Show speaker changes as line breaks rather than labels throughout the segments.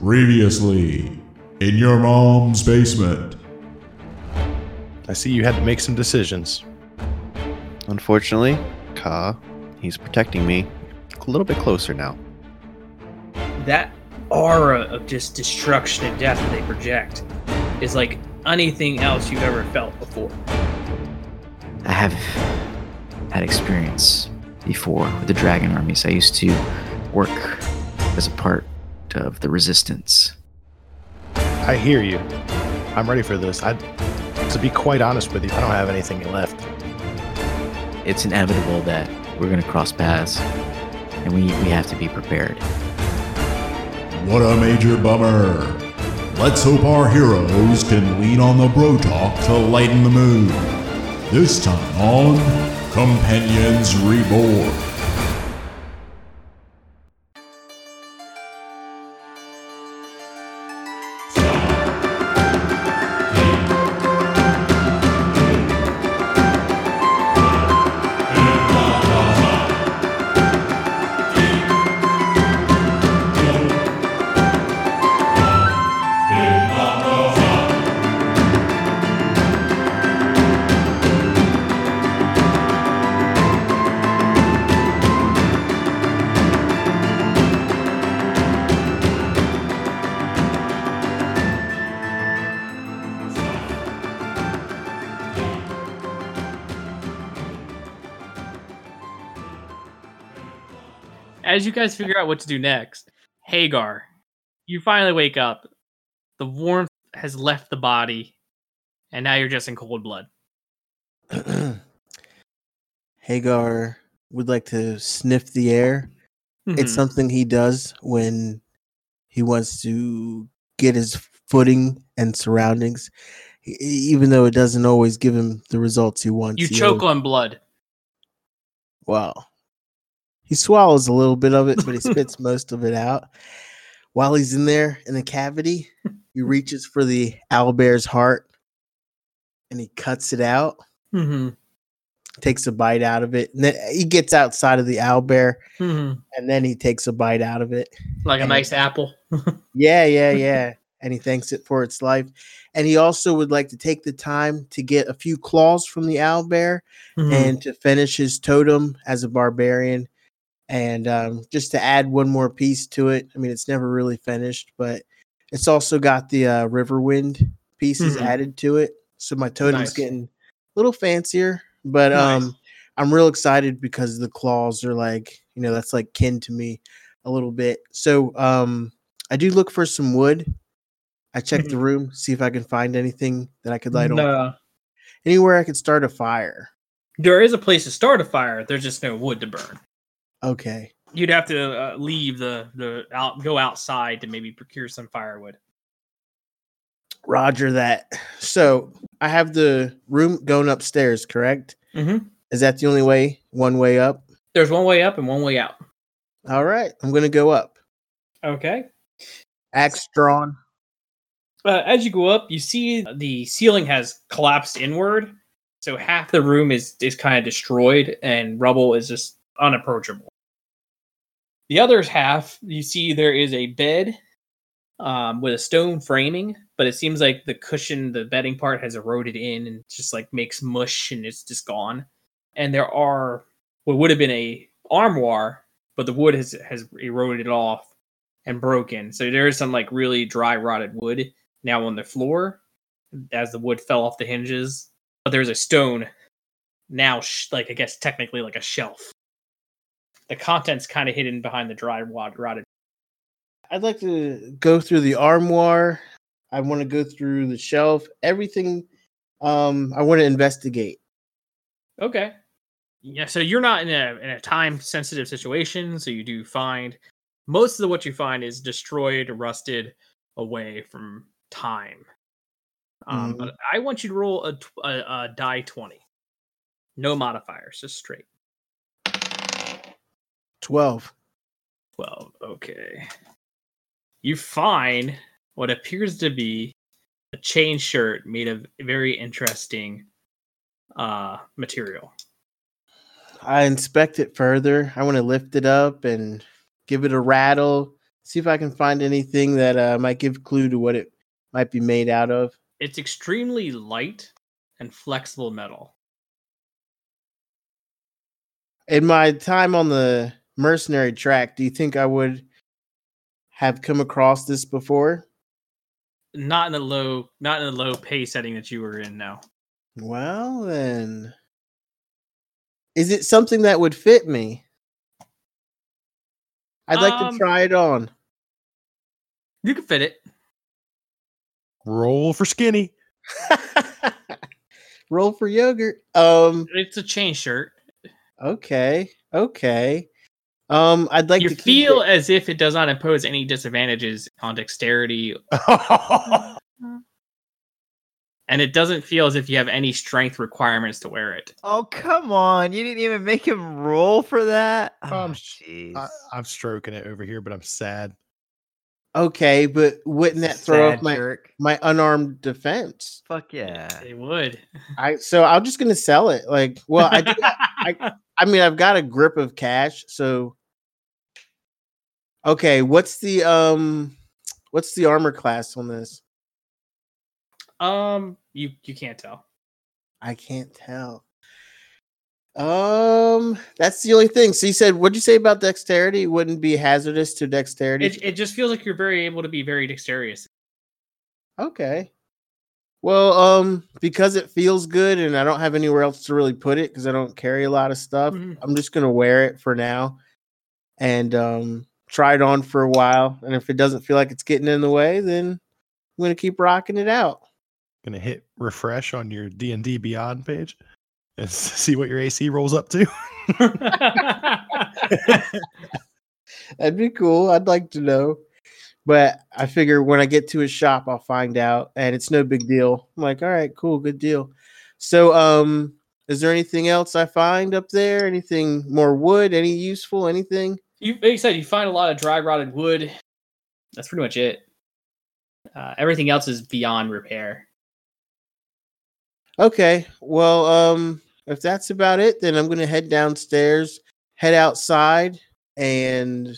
Previously, in your mom's basement.
I see you had to make some decisions.
Unfortunately, Ka, he's protecting me a little bit closer now.
that aura of just destruction and death that they project is like anything else you've ever felt before.
I have had experience before with the dragon armies. I used to work as a part of the resistance.
I hear you. I'm ready for this. I, to be quite honest with you, I don't have anything left.
It's inevitable that we're going to cross paths, and we, we have to be prepared.
What a major bummer. Let's hope our heroes can lean on the bro talk to lighten the mood. This time on Companions Reborn.
As you guys figure out what to do next, Hagar, you finally wake up. The warmth has left the body, and now you're just in cold blood.
Hagar would like to sniff the air. It's
Mhm.
something he does when he wants to get his footing and surroundings, e- even though it doesn't always give him the results he wants.
you
he
choke
always-
on blood.
Wow. He swallows a little bit of it, but he spits most of it out. While he's in there in the cavity, he reaches for the owlbear's heart and he cuts it out,
Mm-hmm.
takes a bite out of it. And then he gets outside of the owlbear
Mm-hmm.
and then he takes a bite out of it.
Like a
And-
nice apple.
Yeah, yeah, yeah. and he thanks it for its life. And he also would like to take the time to get a few claws from the owl bear
Mhm.
and to finish his totem as a barbarian. And um, just to add one more piece to it, I mean, it's never really finished, but it's also got the uh, river wind pieces
Mhm.
added to it. So my totem's
Nice.
getting a little fancier, but
Nice.
um, I'm real excited because the claws are like, you know, that's like kin to me a little bit. So um, I do look for some wood. I check the room, see if I can find anything that I could light on,
Mm-hmm. No.
anywhere I could start a fire.
There is a place to start a fire. There's just no wood to burn.
Okay.
You'd have to uh, leave the the out, go outside to maybe procure some firewood.
Roger that. So I have the room going upstairs, correct?
Mm-hmm.
Is that the only way? One way up?
There's one way up and one way out.
All right. I'm going to go up.
Okay.
Axe drawn.
Uh, as you go up, you see the ceiling has collapsed inward, so half the room is is kind of destroyed, and rubble is just unapproachable. The other half, you see, there is a bed um, with a stone framing, but it seems like the cushion, the bedding part, has eroded in and just like makes mush, and it's just gone. And there are what would have been a armoire, but the wood has has eroded off and broken. So there is some like really dry rotted wood now on the floor as the wood fell off the hinges. But there's a stone now, sh- like I guess technically like a shelf. The contents kind of hidden behind the dry wad- rotted.
I'd like to go through the armoire. I want to go through the shelf, everything. Um, I want to investigate.
Okay. Yeah, so you're not in a in a time sensitive situation, so you do find most of the, what you find is destroyed, rusted away from time. Um,
Mhm.
But I want you to roll a, tw- a, a die twenty, no modifiers, just straight.
12.
12. Okay. You find what appears to be a chain shirt made of very interesting uh material.
I inspect it further. I want to lift it up and give it a rattle, See if I can find anything that uh, might give clue to what it might be made out of.
It's extremely light and flexible metal.
in my time on the mercenary track, do you think I would have come across this before?
Not in the low, not in the low pay setting that you were in now.
Well, then. Is it something that would fit me? I'd like
Um,
to try it on.
You can fit it.
Roll for skinny.
Roll for yogurt. Um,
It's a chain shirt.
okay. Okay. Um, I'd like
you
to keep
feel
it.
as if it does not impose any disadvantages on dexterity, and it doesn't feel as if you have any strength requirements to wear it.
Oh come on! You didn't even make him roll for that.
Um,
Oh,
sh-
jeez.
uh,
I, I'm stroking it over here, but I'm sad.
Okay, but wouldn't that throw
Sad
up my,
jerk.
my unarmed defense?
Fuck yeah.
It would.
I so I'm just gonna sell it. Like, well, I do, I mean, I've got a grip of cash, so okay. What's the um, what's the armor class on this?
um, you you can't tell.
I can't tell. Um, that's the only thing. So you said, what'd you say about dexterity? It Wouldn't be hazardous to dexterity.
It it just feels like you're very able to be very dexterous.
okay. Well, um, because it feels good, and I don't have anywhere else to really put it because I don't carry a lot of stuff.
Mhm.
I'm just gonna wear it for now and um try it on for a while. And if it doesn't feel like it's getting in the way, then I'm gonna keep rocking it out.
Gonna hit refresh on your D and D Beyond page and s- see what your AC rolls up to.
That'd be cool. I'd like to know. But I figure when I get to his shop, I'll find out and it's no big deal. I'm like, all right, cool, good deal. So um is there anything else I find up there? Anything more wood? Any useful? Anything?
you like you said you find a lot of dry rotted wood. That's pretty much it. Uh, everything else is beyond repair.
Okay. Well, um, if that's about it, then I'm gonna head downstairs, head outside, and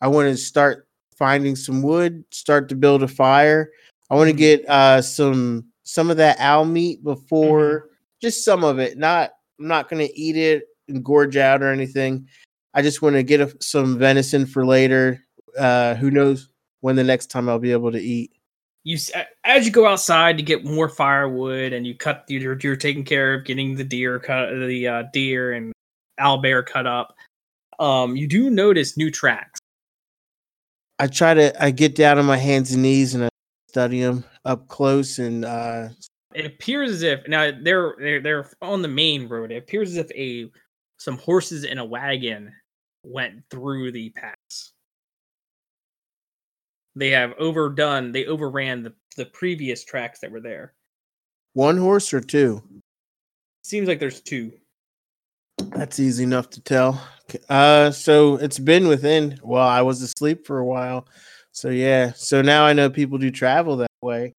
I want to start finding some wood, start to build a fire. I want to
Mhm.
get uh some some of that owl meat before just some of it. Not I'm not gonna eat it and gorge out or anything. I just want to get a, some venison for later. Uh, who knows when the next time I'll be able to eat.
you s- a- as you go outside to get more firewood and you cut you're, you're taking care of getting the deer cut the uh, deer and owlbear cut up um you do notice new tracks
I try to I get down on my hands and knees and I study them up close and uh
it appears as if now they're they're, they're on the main road it appears as if a some horses and a wagon went through the pass they have overdone they overran the, the previous tracks that were there
one horse or two.
seems like there's two
That's easy enough to tell. K- Uh so it's been within well I was asleep for a while. So yeah, so now I know people do travel that way.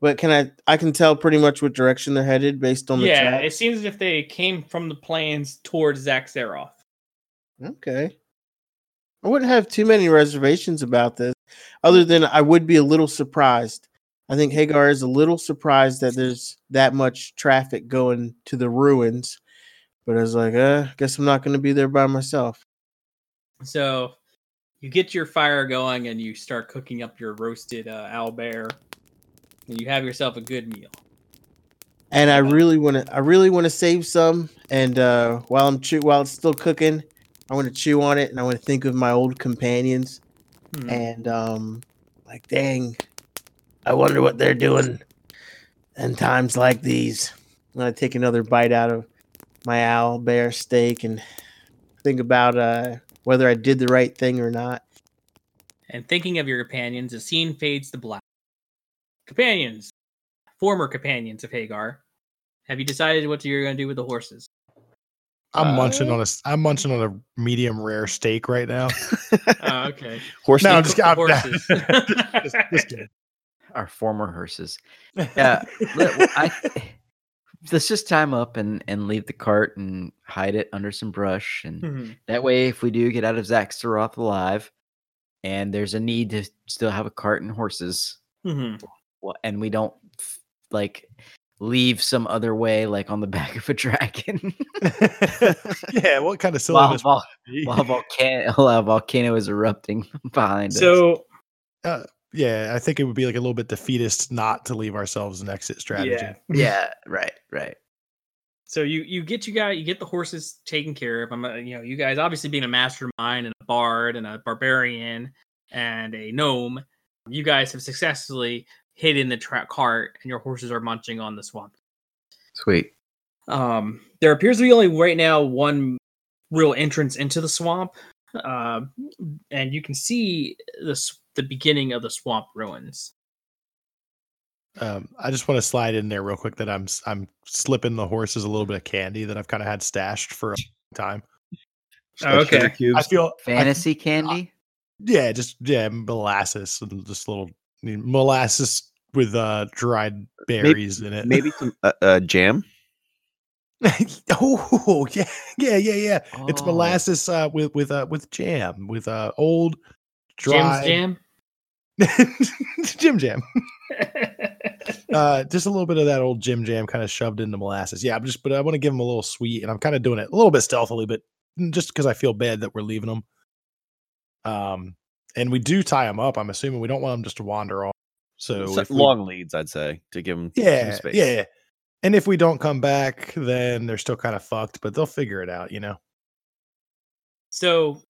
But can I I can tell pretty much what direction they're headed based on the
yeah
track.
it seems as if they came from the plains towards zaxaroth
Okay. I wouldn't have too many reservations about this, other than I would be a little surprised. I think Hagar is a little surprised that there's that much traffic going to the ruins. But I was like, uh, guess I'm not going to be there by myself.
So you get your fire going and you start cooking up your roasted uh, owlbear. And you have yourself a good meal.
And I really want to, I really want to save some. And uh, while I'm chew, while it's still cooking, I want to chew on it, and I want to think of my old companions.
Mm.
Hmm.
and um like dang i wonder what they're doing in times like these and i take another bite out of my owl bear steak and think about uh whether i did the right thing or not
And thinking of your companions, the scene fades to black. Companions, former companions of Hagar, have you decided what you're going to do with the horses?
I'm munching
Uh.
on a s- I'm munching on a medium rare steak right now.
Oh, okay.
Horse
No,
no,
I'm just
Cook the
I'm- no.
horses.
Just- just kidding.
Our former hearses. Yeah. let- I, let's just tie him up and, and leave the cart and hide it under some brush. And
Mhm.
that way, if we do get out of Zaxxaroth alive, and there's a need to still have a cart and horses.
Mhm.
Well, and we don't f- like leave some other way, like on the back of a dragon.
yeah, what kind of
while,
silliness? would
vol-
that be?
while, volcano, while a volcano is erupting behind us.
So
yeah, I think it would be like a little bit defeatist not to leave ourselves an exit strategy.
yeah,
Yeah, right, right.
so you you get you guy you get the horses taken care of. I'm a, you know you guys obviously being a mastermind and a bard and a barbarian and a gnome, you guys have successfully hidden the tra- cart and your horses are munching on the swamp.
Sweet.
Um, there appears to be only right now one real entrance into the swamp, uh, and you can see the s- the beginning of the swamp ruins.
Um, I just want to slide in there real quick that I'm s- I'm slipping the horses a little bit of candy that I've kind of had stashed for a long time.
Oh,
Sugar
okay.
I
Cubes.
feel I-
Fantasy candy?
yeah, just yeah, molasses and just little I mean, molasses with uh dried berries in it.
Maybe some uh, uh, jam.
oh yeah, yeah, yeah, yeah. It's
Oh.
molasses uh, with with uh, with jam with uh, old
Jim's
dry
jam.
Jim jam. Uh, just a little bit of that old Jim Jam kind of shoved into molasses. Yeah, I'm just, but I want to give him a little sweet, and I'm kind of doing it a little bit stealthily, but just because I feel bad that we're leaving him. Um, and we do tie him up. I'm assuming we don't want him just to wander off. So,
So
if we-
long leads, I'd say, to give them
yeah,
some space.
yeah, yeah. And if we don't come back, then they're still kind of fucked, but they'll figure it out, you know.
So,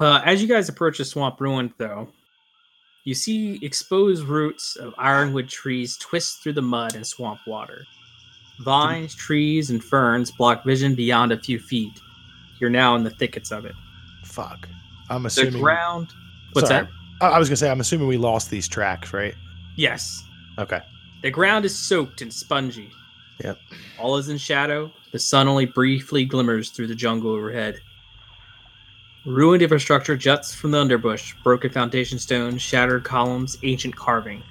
uh, as you guys approach the swamp ruin, though, you see exposed roots of ironwood trees twist through the mud and swamp water. Vines, trees, and ferns block vision beyond a few feet. You're now in the thickets of it.
Fuck. I'm
The
assuming.
ground. What's
Sorry.
that?
I, I was gonna say, I'm assuming we lost these tracks, right?
Yes.
Okay.
The ground is soaked and spongy.
Yep.
All is in shadow. The sun only briefly glimmers through the jungle overhead. Ruined infrastructure juts from the underbush, broken foundation stones, shattered columns, ancient carving.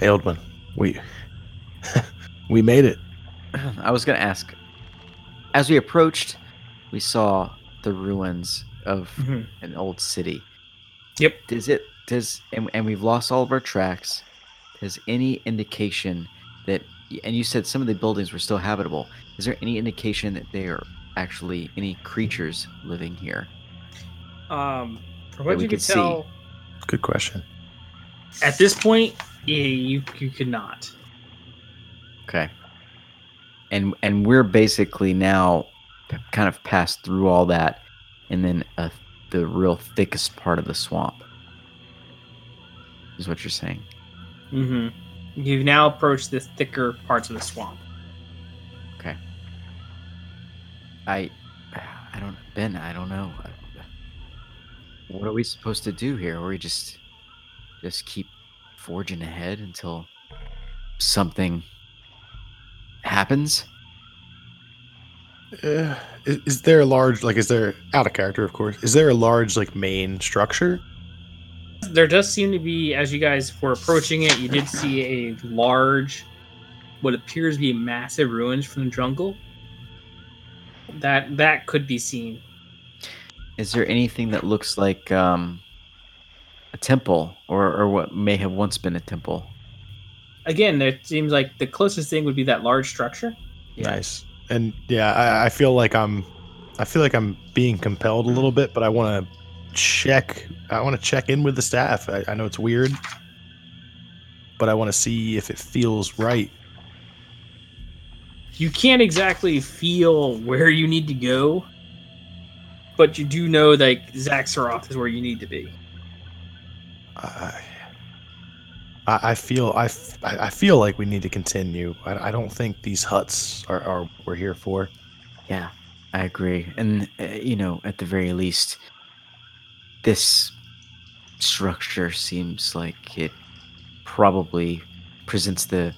Hey, old one. We we made it.
Oh. I was going to ask. As we approached, we saw the ruins of an old city.
Yep.
Does it does and, and we've lost all of our tracks. Does any indication that and you said some of the buildings were still habitable. Is there any indication that they are actually any creatures living here?
Um, from
That
what
we
you can
could see.
tell,
Good question.
at this point, yeah, you, you could not.
Okay. And and we're basically now p- kind of passed through all that and then uh, the real thickest part of the swamp. Is what you're saying.
hmm
Mm-hmm.
You've now approached the thicker parts of the swamp.
I, I don't, Ben. I don't know. What are we supposed to do here? Or we just, just keep forging ahead until something happens?
Uh, is, is there a large like is there out of character of course is there a large like main structure
There does seem to be, as you guys were approaching it, you did see a large, what appears to be massive ruins from the jungle. That that could be seen.
Is there anything that looks like um, a temple, or or what may have once been a temple?
Again, there seems like the closest thing would be that large structure.
Yeah.
nice and yeah I, I feel like i'm i feel like i'm being compelled a little bit but i want to check i want to check in with the staff i, I know it's weird but i want to see if it feels right
You can't exactly feel where you need to go, but you do know that Zaxaroth is where you need to be.
I, I I feel I, f- I I feel like we need to continue. I, I don't think these huts are, are what we're here for.
Yeah, I agree. And, uh, you know, at the very least, this structure seems like it probably presents the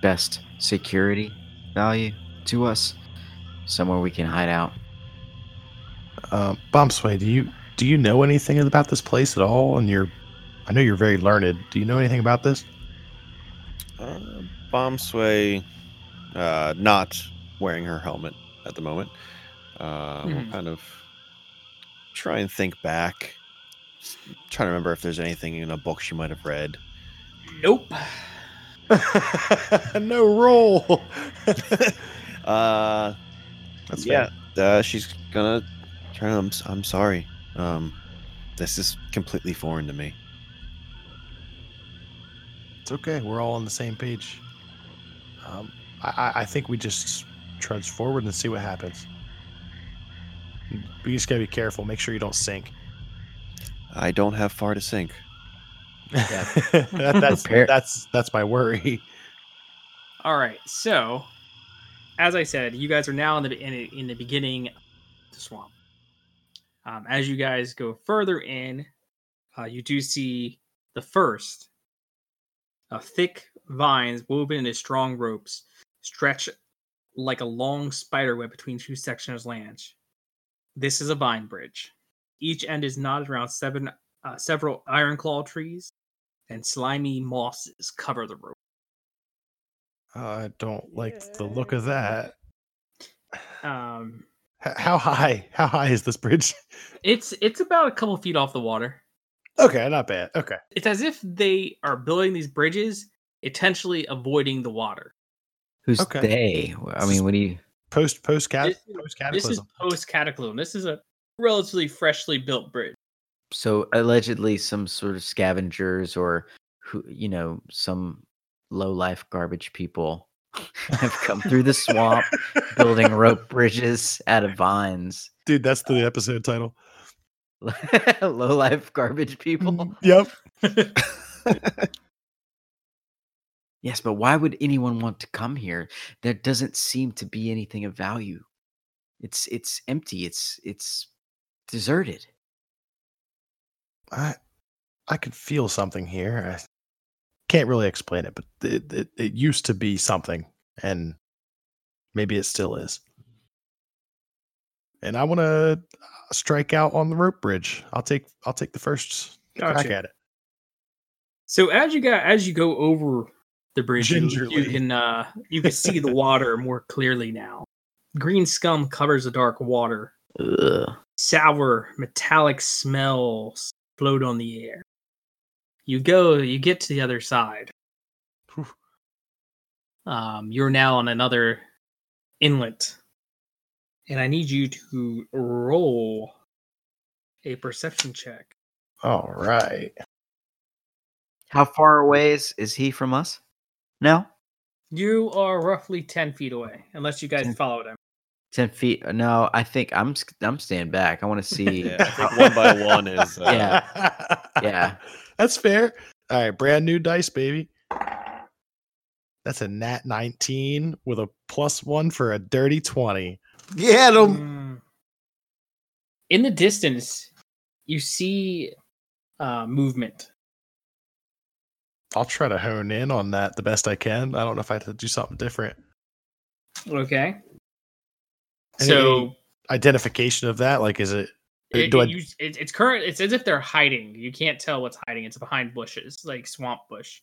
best security value to us. Somewhere we can hide out.
Um, Bombsway, do you do you know anything about this place at all? And you're, I know you're very learned. Do you know anything about this?
Uh, Bomb Sway, uh,
Mm-hmm.
not wearing her helmet at the moment. Uh,
Hmm.
What kind of try and think back. S- Trying to remember if there's anything in a book she might have read.
Nope.
no roll.
Uh,
That's
yeah. Uh, she's gonna turn. I'm, s- I'm sorry. Um, this is completely foreign to me.
It's okay. We're all on the same page. Um, I, I- I think we just trudge forward and see what happens. We just gotta be careful. Make sure you don't sink.
I don't have far to sink.
that, that's
Prepare-
that's that's my worry.
All right. So, as I said, you guys are now in the in, in the beginning of the swamp. Um, as you guys go further in, uh, you do see the first of thick vines woven into strong ropes stretch like a long spider web between two sections of land. This is a vine bridge. Each end is knotted around seven uh, several iron claw trees, and slimy mosses cover the rope.
I don't like the look of that.
Um,
H- how high? How high is this bridge?
it's it's about a couple feet off the water.
okay, not bad. Okay.
It's as if they are building these bridges intentionally avoiding the water.
Who's
Okay.
they? Wh- I
This is-
mean, what do you?
Post post cat
This is-
post
This is
cataclysm.
post cataclysm. This is a relatively freshly built bridge.
So allegedly, some sort of scavengers or who you know, some low life garbage people have come through the swamp building rope bridges out of vines.
Dude, that's the episode title.
low life garbage
Mm-hmm.
people.
Yep.
Yes, but why would anyone want to come here? There doesn't seem to be anything of value. It's it's empty. It's it's deserted.
I I could feel something here. I can't really explain it, but it, it, it used to be something, and maybe it still is. And I want to strike out on the rope bridge. I'll take I'll take the first crack at it.
So as you got as you go over the bridge, you- you
Gingerly.
can uh, you can see the water more clearly now. Green scum covers the dark water
Ugh.
sour metallic smells float on the air. You go, you get to the other side.
Phew.
Um, you're now on another inlet, and I need you to roll a perception check.
All right.
How far away is, is he from us? No,
You are roughly ten feet away, unless you guys
Ten-
follow them.
ten feet. uh, No, I think I'm s- I'm staying back. I want to see.
Yeah, I think one by one is. Uh,
Yeah. Yeah.
That's fair. All right, brand new dice, baby. That's a nat 19 with a plus one for a dirty 20.
Get him.
Mm. In the distance, you see uh, movement.
I'll try to hone in on that the best I can. I don't know if I have to do something different.
Okay.
Any-
So
Identification of that, like, is it?
It,
do I-
it us- it- it's current. It's as if they're hiding. You can't tell what's hiding. It's behind bushes, like swamp bush.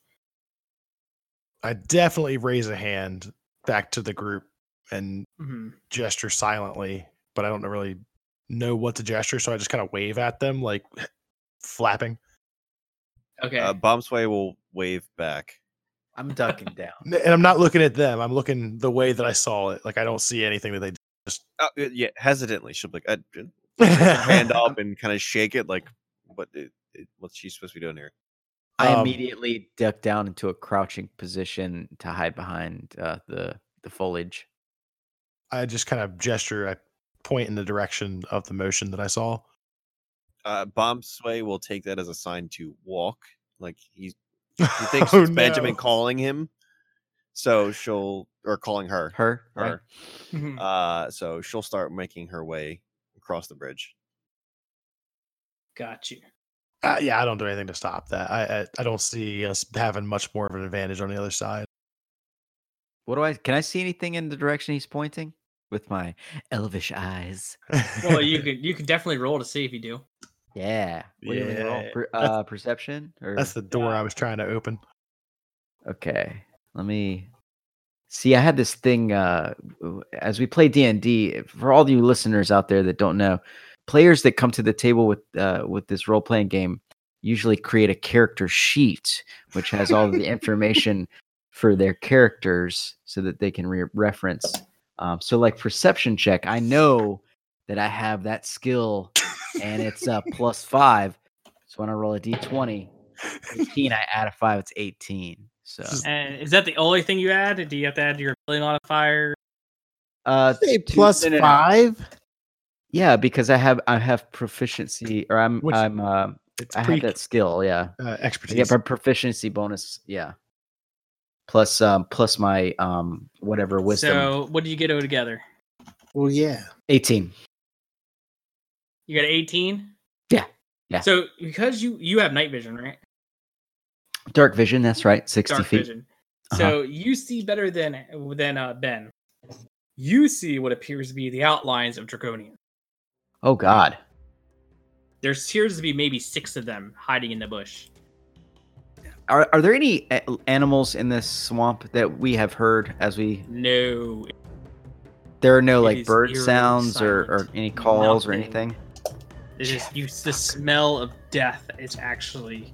I definitely raise a hand back to the group and
hmm
gesture silently, but I don't really know what to gesture, so I just kind of wave at them, like flapping.
Okay.
uh, Bomb Sway will wave back.
I'm ducking down.
N- And I'm not looking at them. I'm looking the way that I saw it. Like I don't see anything that they.
Uh, uh, yeah, hesitantly, she'll be like, uh, hand
did.
up and kind of shake it, like, what? It, it, what's she supposed to be doing here?
I
Um,
immediately duck down into a crouching position to hide behind uh, the the foliage.
I just kind of gesture. I point in the direction of the motion that I saw.
Uh, Bomb Sway will take that as a sign to walk. Like he's, he thinks
Oh,
it's Benjamin
no.
calling him, so she'll or calling her.
Her, right?
Her.
Mhm.
Uh, so she'll start making her way across the bridge.
Got you.
Uh, yeah, I don't do anything to stop that. I, I I don't see us having much more of an advantage on the other side.
What do I? Can I see anything in the direction he's pointing with my elvish eyes?
Well, you could you could definitely roll to see if you do.
Yeah. What do you want me to roll?
Yeah,
Per-
that's-
uh, perception or
That's the door I was trying to open.
okay. Let me see. I had this thing uh, w- as we play D and D. For all you listeners out there that don't know, players that come to the table with uh, with this role playing game usually create a character sheet which has all the information for their characters so that they can re- reference. Um, so like perception check, I know that I have that skill and it's uh, plus five. So when I roll a d20, 18, I add a five, it's 18. So
And is that the only thing you add? Do you have to add your ability modifier?
uh,
Say
two-
plus
no, no, no.
five.
Yeah, because I have I have proficiency or I'm
Which-
I'm uh,
It's
I
pre
have that skill. Yeah,
uh,
I
expertise.
get a proficiency bonus. Yeah, plus um plus my um whatever wisdom.
So what do you get altogether?
Well, yeah.
18.
You got 18?
Yeah, yeah.
So because you you have night vision, right?
Dark vision. That's right. 60
Dark
feet. Uh-huh.
vision. So you see better than than uh, Ben. You see what appears to be the outlines of draconian.
Oh God.
There appears to be maybe six of them hiding in the bush.
Are, are there any a- animals in this swamp that we have heard as we
No,
there are no
It
like
is
bird
eerily
sounds or, or
silent.
any calls or
Nothing.
anything
It's just you. The smell of death is actually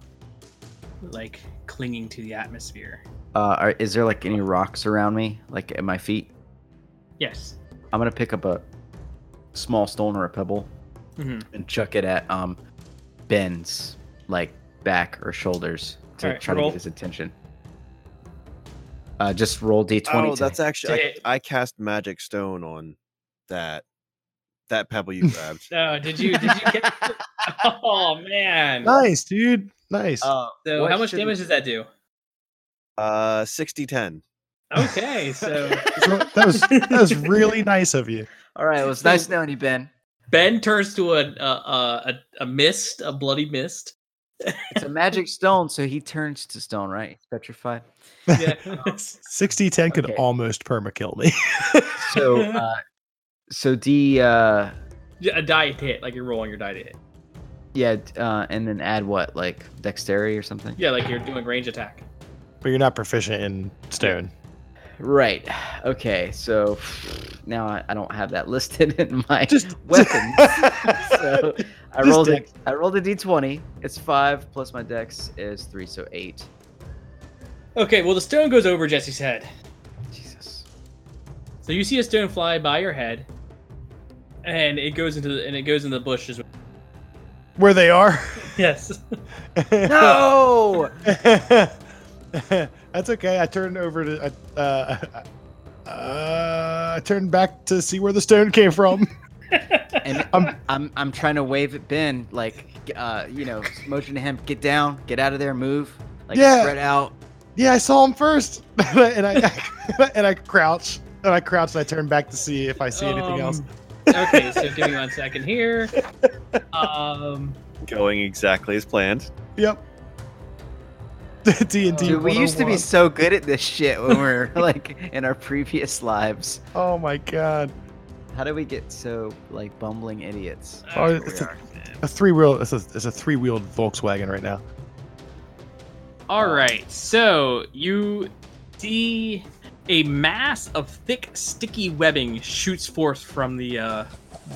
like clinging to the atmosphere.
uh are, is there like any rocks around me like at my feet
Yes.
i'm gonna pick up a small stone or a pebble
Mhm.
and chuck it at um ben's like back or shoulders to
Alright,
try
roll.
to get his attention uh just roll d20
Oh,
to-
that's actually
Did-
I, I cast magic stone on that that pebble you grabbed.
Oh, did you? Did you get? oh man.
nice, dude. Nice.
Uh,
So
what
how much
should-
damage does that do?
uh, 60 10.
Okay, so
that was that was really nice of you.
all right it was nice knowing you ben
Ben turns to a a a, a mist, a bloody mist.
it's a magic stone so he turns to stone right He's petrified
Yeah.
60 10 could
Okay.
almost perma kill me.
so uh so d uh
a die to hit, like you're rolling your die to hit.
Yeah, d- uh, and then add what, like dexterity or something?
Yeah, like you're doing range attack.
but you're not proficient in stone.
Right. Okay, so now I, I don't have that listed in my
Just
weapon. so I
Just
rolled
dex.
it. I rolled a d20. It's five plus my dex is three, so eight.
Okay, well the stone goes over Jesse's head.
Jesus.
So you see a stone fly by your head, and it goes into the, and it goes into the bushes.
Where they are.
Yes.
No.
That's okay. I turned over to. I- Uh, uh, I turned back to see where the stone came from.
and
I'm-
I'm, I'm I'm trying to wave at Ben, like uh, you know, motion to him, get down, get out of there, move, like
Yeah.
spread out.
Yeah, I saw him first, and I and I crouch and I crouch and I turn back to see if I see anything else.
Um, okay, so give me one second here. Um,
Going exactly as planned.
Yep. D and D.
Dude, we used to be so good at this shit when we were like in our previous lives.
Oh my god.
How do we get so like bumbling idiots?
Oh,
that's where
it's
we
a-
are.
A three wheel. It's a, it's a three wheeled Volkswagen right now.
All right, so you see a mass of thick, sticky webbing shoots forth from the uh,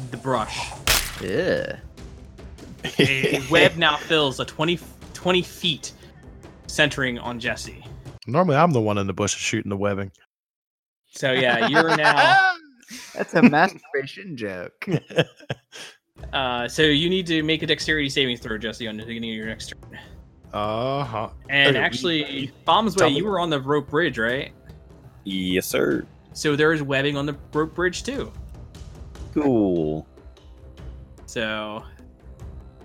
the brush.
Ugh.
A web now fills a 20, 20 feet, centering on Jesse.
Normally, I'm the one in the bush shooting the webbing.
So yeah, you're now.
That's a masturbation joke.
Uh, so you need to make a dexterity saving throw, Jesse, on the beginning of your next turn.
Uh huh.
And
Okay, we-
actually, Bombs
tell
Way,
me-
you were on the rope bridge, right?
Yes, sir.
So there is webbing on the rope bridge too.
Cool.
So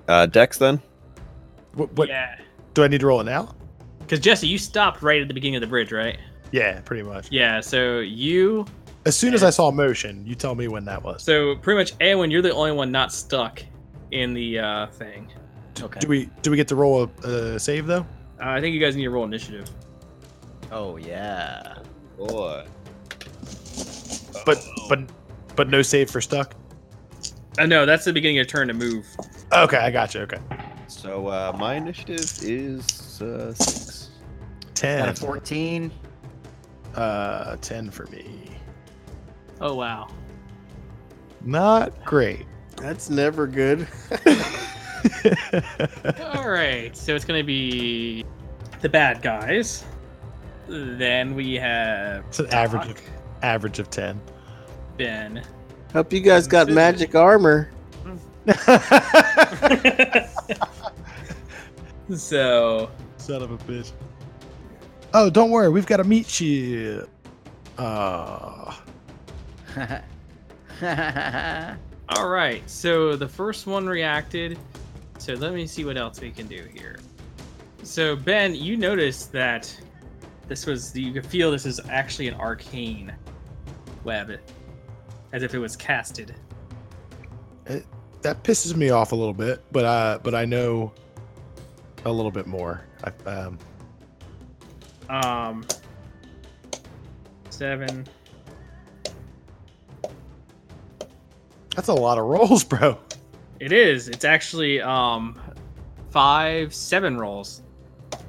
Uh, Dex then?
What, what
yeah,
do I need to roll it now?
because Jesse, you stopped right at the beginning of the bridge, right?
Yeah, pretty much.
Yeah. So you,
As soon as I saw motion, you tell me when that was.
so pretty much, Awen, you're the only one not stuck in the uh, thing.
Okay.
Do we do we get to roll a, a save though?
Uh, I think you guys need to roll initiative.
oh yeah.
Boy.
But but but no save for stuck.
Uh, no, that's the beginning of your turn to move.
Okay, I got you. Okay,
So uh, my initiative is uh, six.
Got a
ten.
fourteen.
Uh, ten for me.
Oh wow.
Not great.
That's never good.
All right, so it's gonna be the bad guys. Then we have
It's an average
Doc,
of average of ten.
Ben.
Hope you guys got magic armor.
so
Son of a bitch. Oh, don't worry, we've got a meat shield. Uh,
All right, so the first one reacted. So let me see what else we can do here. So Ben, you noticed that this was you could feel this is actually an arcane web, as if it was casted.
that pisses me off a little bit, but uh, but I know a little bit more. I, um,
Um, seven.
that's a lot of rolls, bro.
It is. It's actually um, five seven rolls.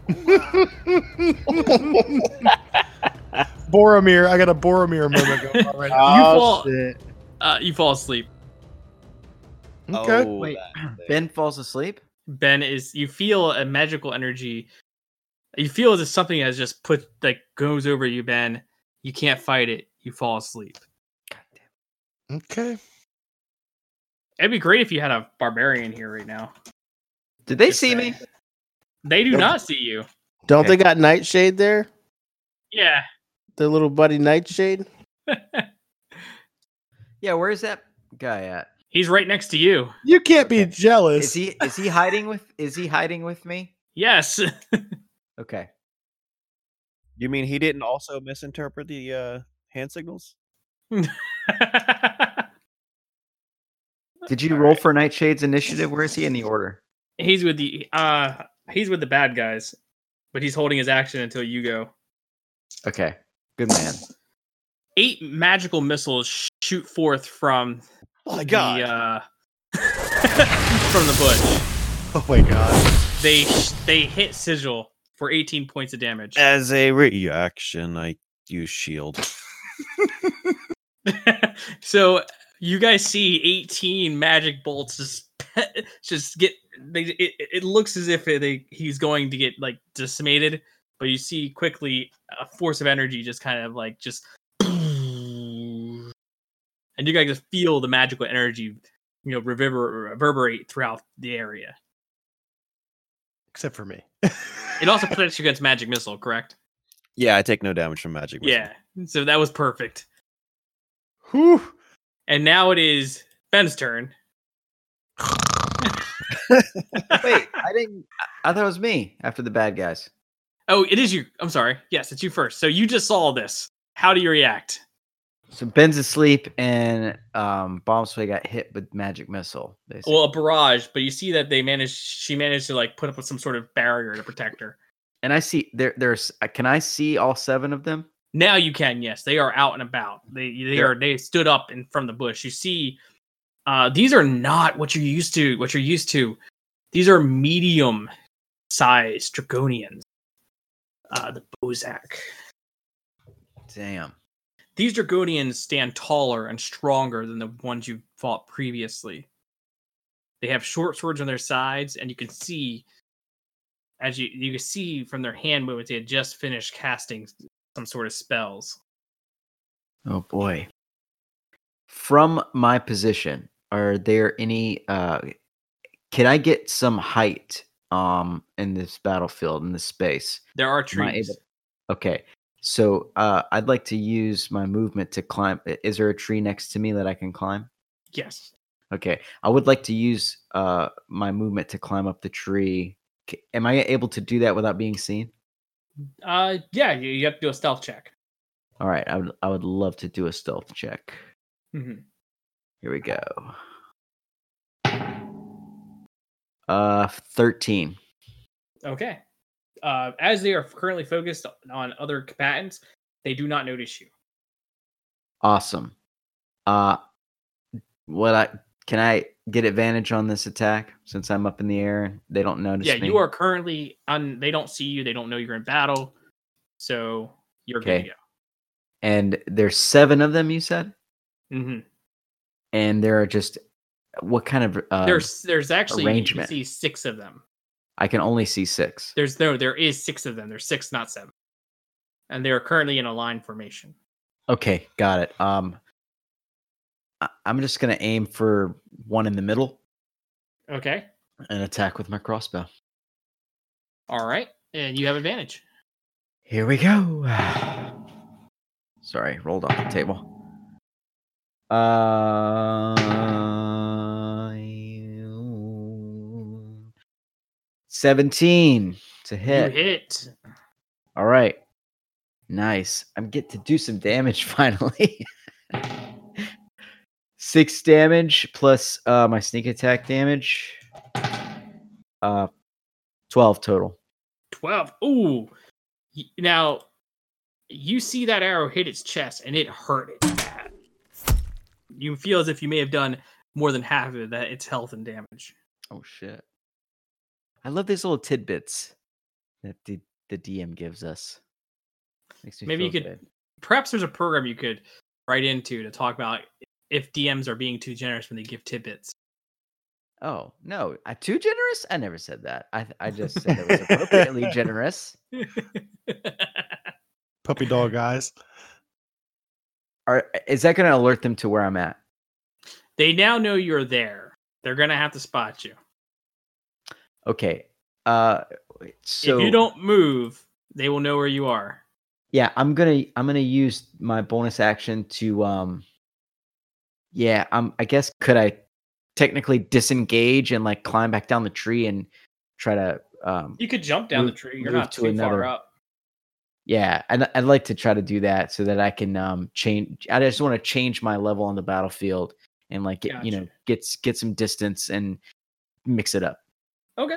Boromir, I got a Boromir moment going on right now.
Oh,
shit.
Uh, you fall asleep.
Okay.
Oh,
Wait,
that thing.
ben falls asleep.
Ben is you feel a magical energy. You feel as if something has just put like goes over you, Ben. You can't fight it. You fall asleep.
Okay.
It'd be great if you had a barbarian here right now.
Did they
Just
see
saying.
me?
They do
Nope.
not see you.
Don't
Okay.
they got Nightshade there?
Yeah.
Their little buddy Nightshade?
Yeah, where is that guy at?
He's right next to you.
You can't be jealous.
Is he is he hiding with is he hiding with me?
Yes.
Okay.
You mean he didn't also misinterpret the uh, hand signals?
Did you
All
roll
right.
for Nightshade's initiative? Where is he in the order?
he's with the uh he's with the bad guys, but he's holding his action until you go.
Okay. Good man.
Eight magical missiles shoot forth from
Oh
the uh from the bush.
oh my god.
They sh- they hit Sigil for 18 points of damage.
As a reaction, I use shield.
so you guys see 18 magic bolts just just get they it, it- it looks as if they he's going to get like decimated, but you see quickly a force of energy just kind of like just and you guys just feel the magical energy you know reverber- reverberate throughout the area.
Except for me.
It also protects you against magic missile, correct?
Yeah, I take no damage from magic. missile.
Yeah. So that was perfect.
Whew.
And now it is Ben's turn.
Wait, I didn't I I thought it was me after the bad guys.
Oh, it is you. I'm sorry. Yes, it's you first. So you just saw this. How do you react?
So Ben's asleep and um Bomb Sway got hit with magic missile. basically.
Well, a barrage, but you see that they managed. She managed to like put up with some sort of barrier to protect her.
and I see there there's uh, can I see all seven of them?
Now you can. Yes, they are out and about. They they
They're-
are they stood up in from the bush. You see, uh, these are not what you're used to. What you're used to. These are medium sized dragonians. Uh, the Bozak.
Damn.
These Dragonians stand taller and stronger than the ones you fought previously. They have short swords on their sides, and you can see, as you you can see from their hand movements, they had just finished casting some sort of spells.
Oh boy. From my position, are there any uh can I get some height um in this battlefield in this space?
There are
Am I
trees.
able- Okay. So uh I'd like to use my movement to climb. I- Is there a tree next to me that I can climb?
Yes.
Okay. I would like to use uh my movement to climb up the tree. K- Am I able to do that without being seen?
Uh, yeah. You, you have to do a stealth check.
All right. I would I would love to do a stealth check.
Mhm.
Here we go. Uh, 13.
Okay. Uh, as they are currently focused on other combatants, they do not notice you.
Awesome. Uh, what I can I get advantage on this attack since I'm up in the air? and They don't notice
yeah,
me.
you are currently on. They don't see you. They don't know you're in battle. So you're good
Okay.
to
And there's seven of them, you said,
go. hmm
and there are just What kind of? Uh,
there's there's actually you can
arrangement.
see six of them.
I can only see six.
There's no there is six of them. There's six, not seven. And they are currently in a line formation.
Okay, got it. Um, I- I'm just gonna aim for one in the middle
Okay.
and attack with my crossbow.
All right. And you have advantage.
Here we go. Sorry, rolled off the table. Uh, seventeen to hit.
You hit.
All right, nice. I'm get to do some damage finally. Six damage plus uh, my sneak attack damage. Uh, twelve total.
12. Ooh. Y- Now, you see that arrow hit its chest and it hurt it. bad. You feel as if you may have done more than half of that, its health and damage.
Oh shit. I love these little tidbits that the, the DM gives us. Makes me
Maybe you
feel
could-
good.
Perhaps there's a program you could write into to talk about if DMs are being too generous when they give tidbits.
Oh no, I too generous? I never said that. I th- I just said it was appropriately generous.
Puppy dog eyes.
Are is that going to alert them to where I'm at?
they now know you're there. They're going to have to spot you.
Okay. Uh, wait, so
if you don't move, they will know where you are.
yeah, I'm gonna I'm gonna use my bonus action to um. Yeah, um, I guess could I technically disengage and like climb back down the tree and try to um
You could jump down
Move-
the tree. You're
move
not
to
too
another-
far up.
Yeah, I'd, I'd like to try to do that so that I can um change. I just want to change my level on the battlefield and like get, you
Gotcha.
know get s- get some distance and mix it up.
Okay.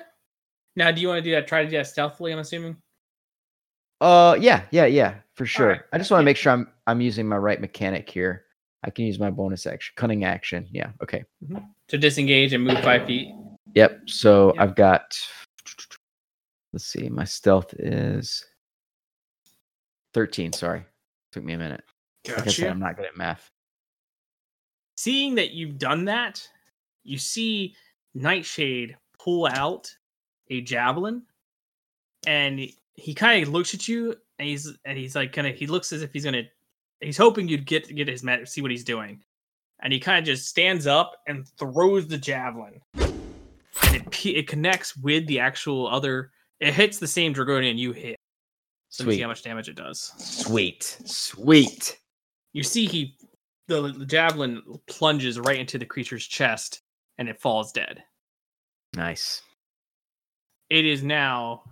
Now, do you want to do that? Try to do that stealthily. I'm assuming.
Uh, yeah, yeah, yeah, for sure.
right,
I just want to
yeah.
make sure I'm I'm using my right mechanic here. I can use my bonus action, cunning action. Yeah, okay.
to disengage and move five feet.
Yep. So
Yeah.
I've got. Let's see. My stealth is thirteen. Sorry, took me a minute. Like I said, I'm not good at math.
Seeing that you've done that, you see Nightshade pull out a javelin, and he kind of looks at you, and he's and he's like kind of he looks as if he's gonna, he's hoping you'd get get his mat, see what he's doing, and he kind of just stands up and throws the javelin, and it pe- it connects with the actual other. It hits the same dragonian you hit. So let me see
Sweet.
how much damage it does.
Sweet. Sweet.
you see he the, the javelin plunges right into the creature's chest and it falls dead
Nice.
it is now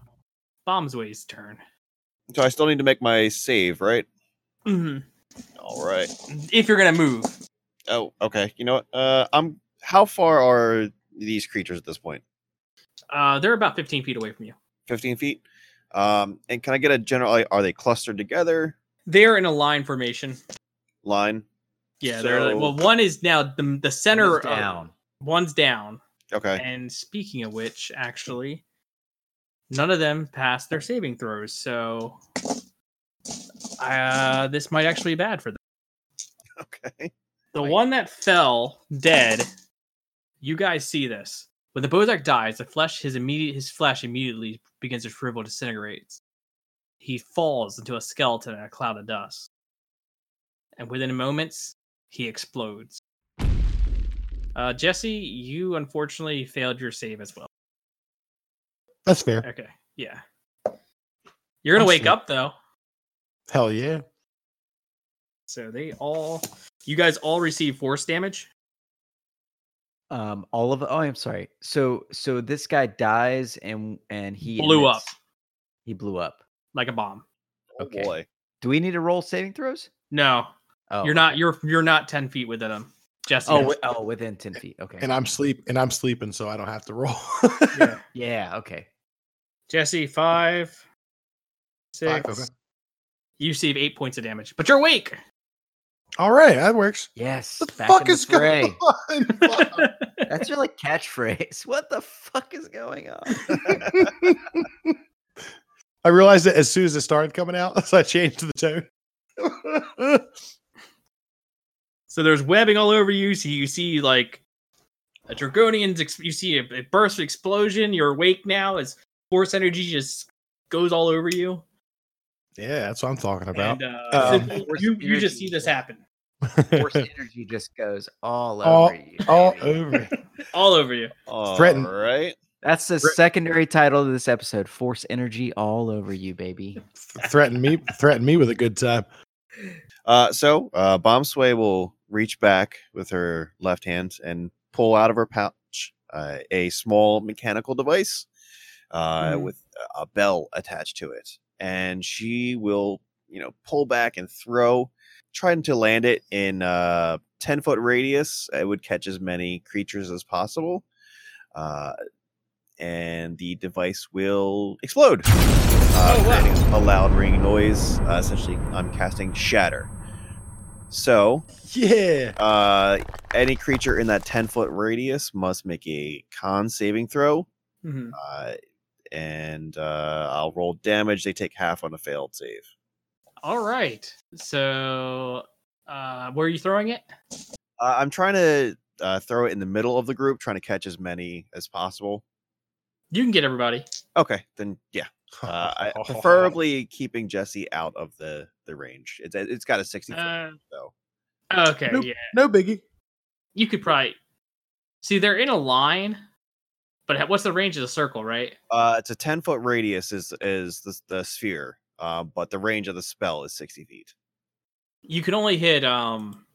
bombsway's turn
So I still need to make my save, right?
Mhm.
All right.
if you're gonna move
Oh, okay. You know what? Uh, I'm. How far are these creatures at this point?
uh they're about 15 feet away from you
Fifteen feet. Um, and can I get a general? Like, are they clustered together?
they're in a line formation
Line.
yeah they're like,
So-
well one is now the, the center of- one's down
Okay.
and speaking of which actually none of them passed their saving throws so uh this might actually be bad for them
Okay.
The
Like-
one that fell dead. You guys see this. When the Bozak dies, the flesh his immediate his flesh immediately begins to shrivel, disintegrates. He falls into a skeleton and a cloud of dust. And within moments, he explodes. Uh, Jesse, you unfortunately failed your save as well.
That's fair.
Okay, yeah. You're gonna wake
Excellent.
up though.
Hell yeah.
So they all, you guys all receive force damage.
Um, all of. Oh, I'm sorry. So, so this guy dies, and and he
Blew up.
emits- He blew up.
like a bomb.
Oh
Okay.
boy.
Do we need to roll saving throws?
No,
Oh,
you're not. You're you're not ten feet within them, Jesse.
Oh, wi- oh, within ten feet. Okay.
And I'm sleep and I'm sleeping, so I don't have to roll.
yeah.
yeah. Okay.
Jesse, five, six.
Five, okay.
You receive eight points of damage, but you're awake.
All right, that works.
Yes.
The
back in
fuck
the
is going
fray.
on? Wow.
All
That's your like catchphrase. What the fuck is going on?
I realized it as soon as it started coming out, so I changed the tone.
So there's webbing all over you. So you see like A Dragonian's, ex- you see a, a burst of explosion. You're awake now as force energy just goes all over you.
Yeah, that's what I'm talking about.
And uh,
Um,
Sybil, you, you just see this happen
Force energy just goes all
All-
over you.
All
baby.
over.
all over you.
All right.
Threatened.
That's the secondary title of this episode. Force energy all over you, baby.
threaten me. Threaten me with a good time.
Uh, so uh, Bomb Sway will reach back with her left hand and pull out of her pouch uh, a small mechanical device uh,
Mhm.
with a bell attached to it, and she will, you know, pull back and throw, trying to land it in a ten foot radius. It would catch as many creatures as possible, uh, and the device will explode, uh,
Oh, wow.
creating a loud ringing noise. Uh, essentially, I'm casting Shatter. So,
Yeah.
uh, any creature in that 10 foot radius must make a con saving throw.
Mm-hmm.
Mhm.
Uh, and uh, I'll roll damage. They take half on a failed save.
All right. So, uh, where are you throwing it?
Uh, I'm trying to uh, throw it in the middle of the group, trying to catch as many as possible.
You can get everybody.
Okay, then yeah. Uh, I, preferably keeping Jesse out of the, the range. It's it's got a 60 foot,
Uh,
so
okay.
Nope.
Yeah.
No biggie.
You could probably see they're in a line, but ha- what's the range of the circle, right?
uh, it's a 10 foot radius is is the, the sphere, uh, but the range of the spell is 60 feet.
You can only hit um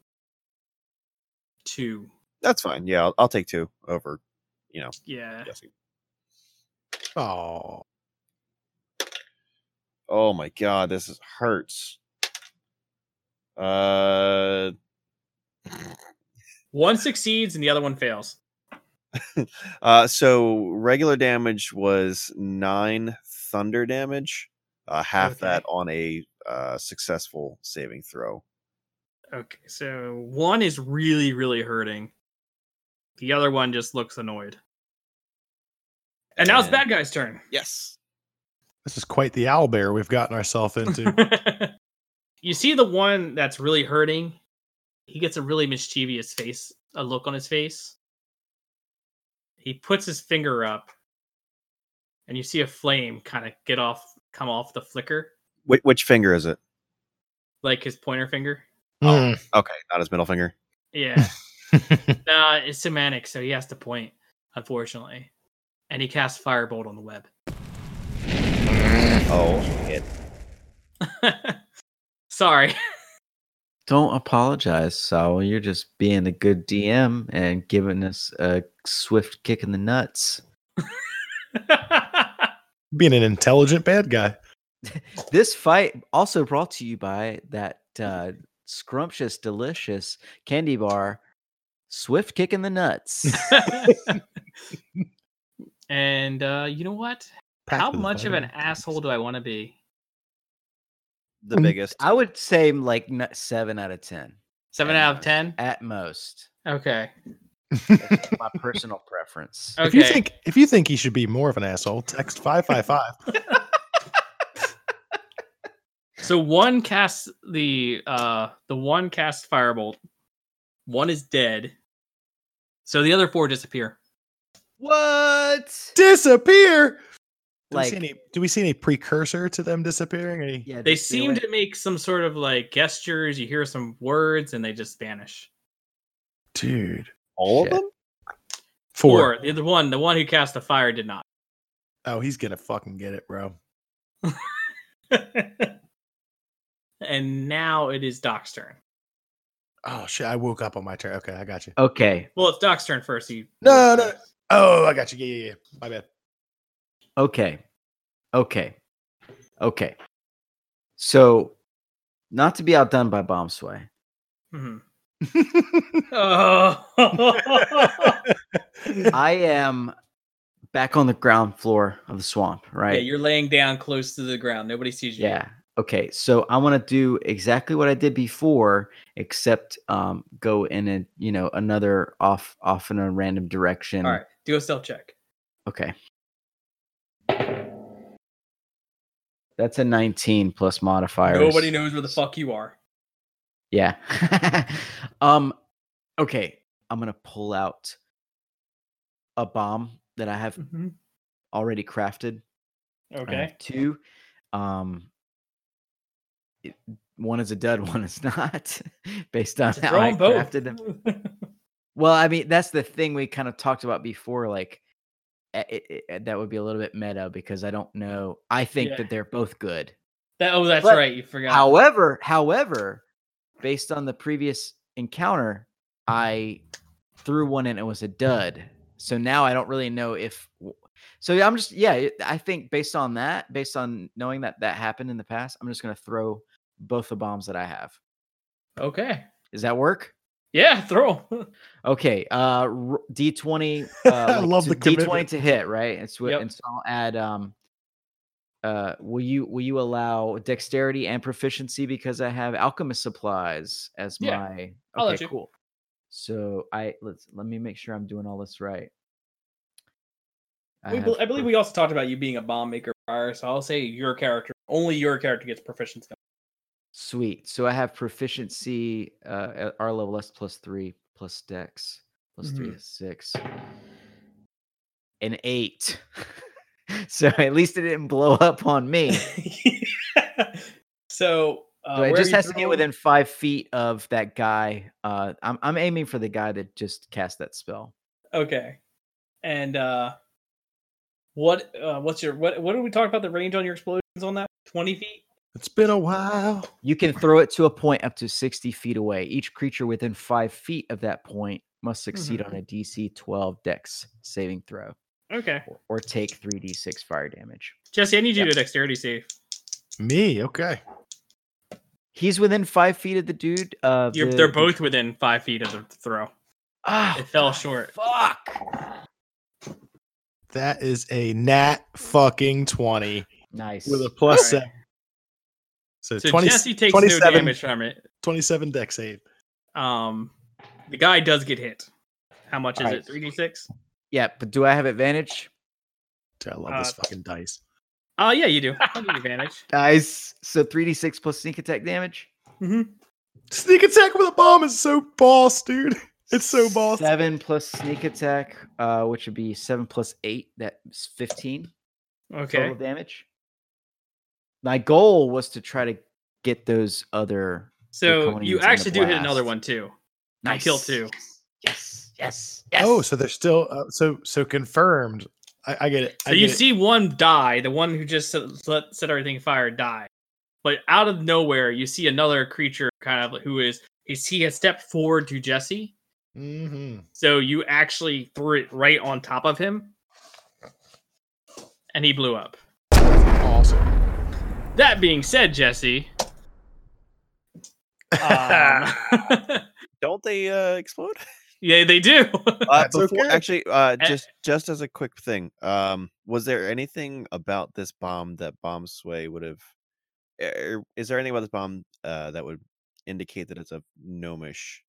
two.
That's fine. Yeah, I'll, I'll take two over, you know,
Yeah.
Jesse.
Oh.
Oh my god, this is, hurts. Uh,
One succeeds and the other one fails.
uh, so regular damage was nine thunder damage, uh, half that on a uh, successful saving throw.
Okay. So one is really, really hurting. The other one just looks annoyed. And now it's
Yeah.
bad guy's turn.
Yes.
This is quite the owl bear we've gotten ourselves into.
you see the one that's really hurting. He gets a really mischievous face, a look on his face. He puts his finger up, and you see a flame kind of get off, come off the flicker,
Which, which finger is it?
like his pointer finger.
Hmm.
Okay, not his middle finger.
Yeah, nah, it's semantic, so he has to point, unfortunately. And he casts firebolt on the web.
Oh, shit.
Sorry.
Don't apologize, Saul. You're just being a good DM and giving us a swift kick in the nuts.
Being an intelligent bad guy.
This fight also brought to you by that uh, scrumptious, delicious candy bar, Swift Kick in the Nuts.
and uh, you know what?
Packed
How
with
much of an
vitamins.
asshole do I want to be?
the biggest.
I would say like n- seven out of 10
Seven
At
out of
most.
ten.
at most.
Okay.
That's my personal preference.
Okay.
If you think if you think he should be more of an asshole, text five five five.
so one casts the uh the one casts firebolt. One is dead. So the other four disappear.
What?
Disappear. Do, we
Like,
see any, do we see any precursor to them disappearing? Any?
yeah,
They
just do
seem
it.
to make some sort of like gestures. You hear some words, and they just vanish.
Dude.
All
Shit.
of them?
Four.
Or the other one, the one who cast the fire, did not.
Oh, he's gonna fucking get it, bro.
and now it is Doc's turn.
Oh shit! I woke up on my turn. Okay, I got you.
Okay.
Well, it's Doc's turn first. He
No, no. Oh, I got you. Yeah, yeah, yeah. My bad.
Okay. Okay. Okay. So, not to be outdone by Bomb Sway,
Mhm. Mm-hmm. oh.
I am back on the ground floor of the swamp, right?
Yeah, you're laying down close to the ground. Nobody sees you.
Yeah. Okay. So I want to do exactly what I did before, except um, go in a you know another off off in a random direction.
All right. Do a stealth check.
Okay. That's a 19 plus modifier.
Nobody knows where the fuck you are.
Yeah. um. Okay. I'm gonna pull out a bomb that I have
Mhm.
already crafted. I have
Okay.
two. Um, it- one is a dud, one is not, based on
Just
how
throw
I
'em both.
crafted them. Well, I mean, that's the thing we kind of talked about before. Like, eh, it, it- eh, that would be a little bit meta because I don't know. I think
Yeah.
that they're both good.
that, oh, that's
But
right. You forgot.
However, however, based on the previous encounter, I threw one and it was a dud. So now I don't really know if. w- So I'm just yeah. it- I think based on that, based on knowing that that happened in the past, I'm just gonna throw both the bombs that I have.
okay.
Does that work?
Yeah, throw 'em.
Okay, uh, r- D20. Uh,
I
like
love
to-
the
D20
commitment.
to hit, right? It's what,
Yep.
and so I'll add. Um, uh, will you will you allow dexterity and proficiency because I have alchemist supplies as
Yeah,
my?
I'll let
okay,
you.
cool. So I let's let me make sure I'm doing all this right.
We, bel- I believe we also talked about you being a bomb maker prior, so I'll say your character, only your character gets proficiency.
Sweet. So I have proficiency uh, at our level. That's plus three, plus dex, plus three
Mhm.
is six, an eight. so at least it didn't blow up on me.
so, uh,
So it
where
just
you
has to get
throwing?
within five feet of that guy. Uh, I'm I'm aiming for the guy that just cast that spell.
Okay, and uh, what uh, what's your what what did we talk about the range on your explosions on that? Twenty feet.
It's been a while.
You can throw it to a point up to sixty feet away. Each creature within five feet of that point must succeed
Mm-hmm.
on a DC 12 Dex saving throw
Okay,
or, or take three D6 fire damage.
Jesse, I need you to do a dexterity save.
Me, okay.
He's within five feet of the dude. Uh,
You're,
the-
they're
the-
both within five feet of the throw.
Ah,
It fell short.
Fuck.
That is a nat fucking 20
Nice.
with a plus
All right.
seven. So,
So
20,
Jesse takes no
27
damage from it.
27 deck save.
Um, the guy does get hit. How much is
All right.
it? Three d six.
yeah, but do I have advantage?
Dude, I love
Uh,
this fucking dice.
Oh yeah, you do. I'll give you advantage.
Nice. So three d six plus sneak attack damage.
Sneak attack with a bomb is so boss, dude. It's so boss.
Seven plus sneak attack, uh, which would be seven plus eight. That's fifteen
Okay.
total damage. My goal was to try to get those other.
So
draconians in
you
the
actually do hit another
blast.
one too. I
Nice.
kill two.
Yes. Yes. Yes.
Oh, so they're still uh, so so confirmed. I, I get it. I
So you
get it.
see one die, the one who just set, let, set everything fire die. But out of nowhere, you see another creature kind of who is he's, he has stepped forward to Jesse.
Mhm.
So you actually threw it right on top of him. And he blew up.
awesome.
That being said, Jesse. um,
Don't they uh, explode?
yeah, they do.
Uh,
That's
before,
okay.
Actually, uh,
Eh.
just just as a quick thing, um, was there anything about this bomb that Bomb Sway would have? Er, is there anything about this bomb uh, that would indicate that it's a gnomish?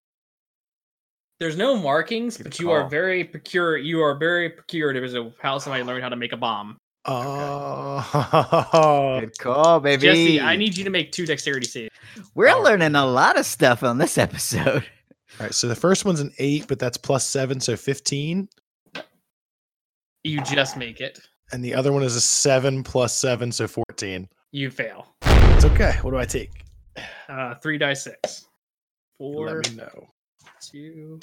There's no markings,
Good
but you are
call.
very procure. You are very procurative as to how somebody learned how to make a bomb.
Oh,
Good call, baby.
Jesse, I need you to make two dexterity saves.
We're
Alright.
learning a lot of stuff on this episode.
all right. So the first one's an eight, but that's plus seven, so fifteen.
You just make it.
And the other one is a seven plus seven, so fourteen.
You fail.
It's okay. What do I take?
Uh, three die six. Four,
Let me know.
two.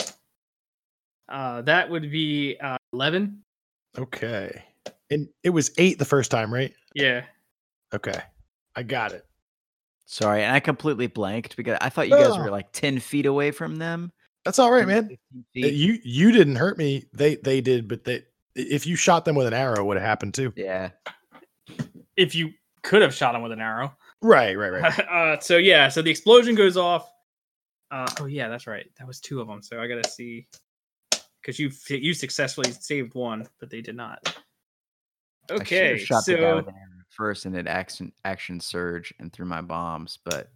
Uh, that would be uh, eleven.
Okay. And it was eight the first time, right?
Yeah.
Okay. I got it.
Sorry, and I completely blanked because I thought you guys
No.
were like ten feet away from them.
That's all right,
10 to
man.
15
Uh,
feet.
You you didn't hurt me. They they did, but they if you shot them with an arrow, it would have happened too.
Yeah.
If you could have shot him with an arrow.
Right, right, right.
uh, so yeah. So the explosion goes off. Uh, oh yeah, that's right. That was two of them. So I gotta see because you f- you successfully saved one, but they did not.
I should've
Okay.
shot the guy
so
with an arrow first and did action action surge and threw my bombs, but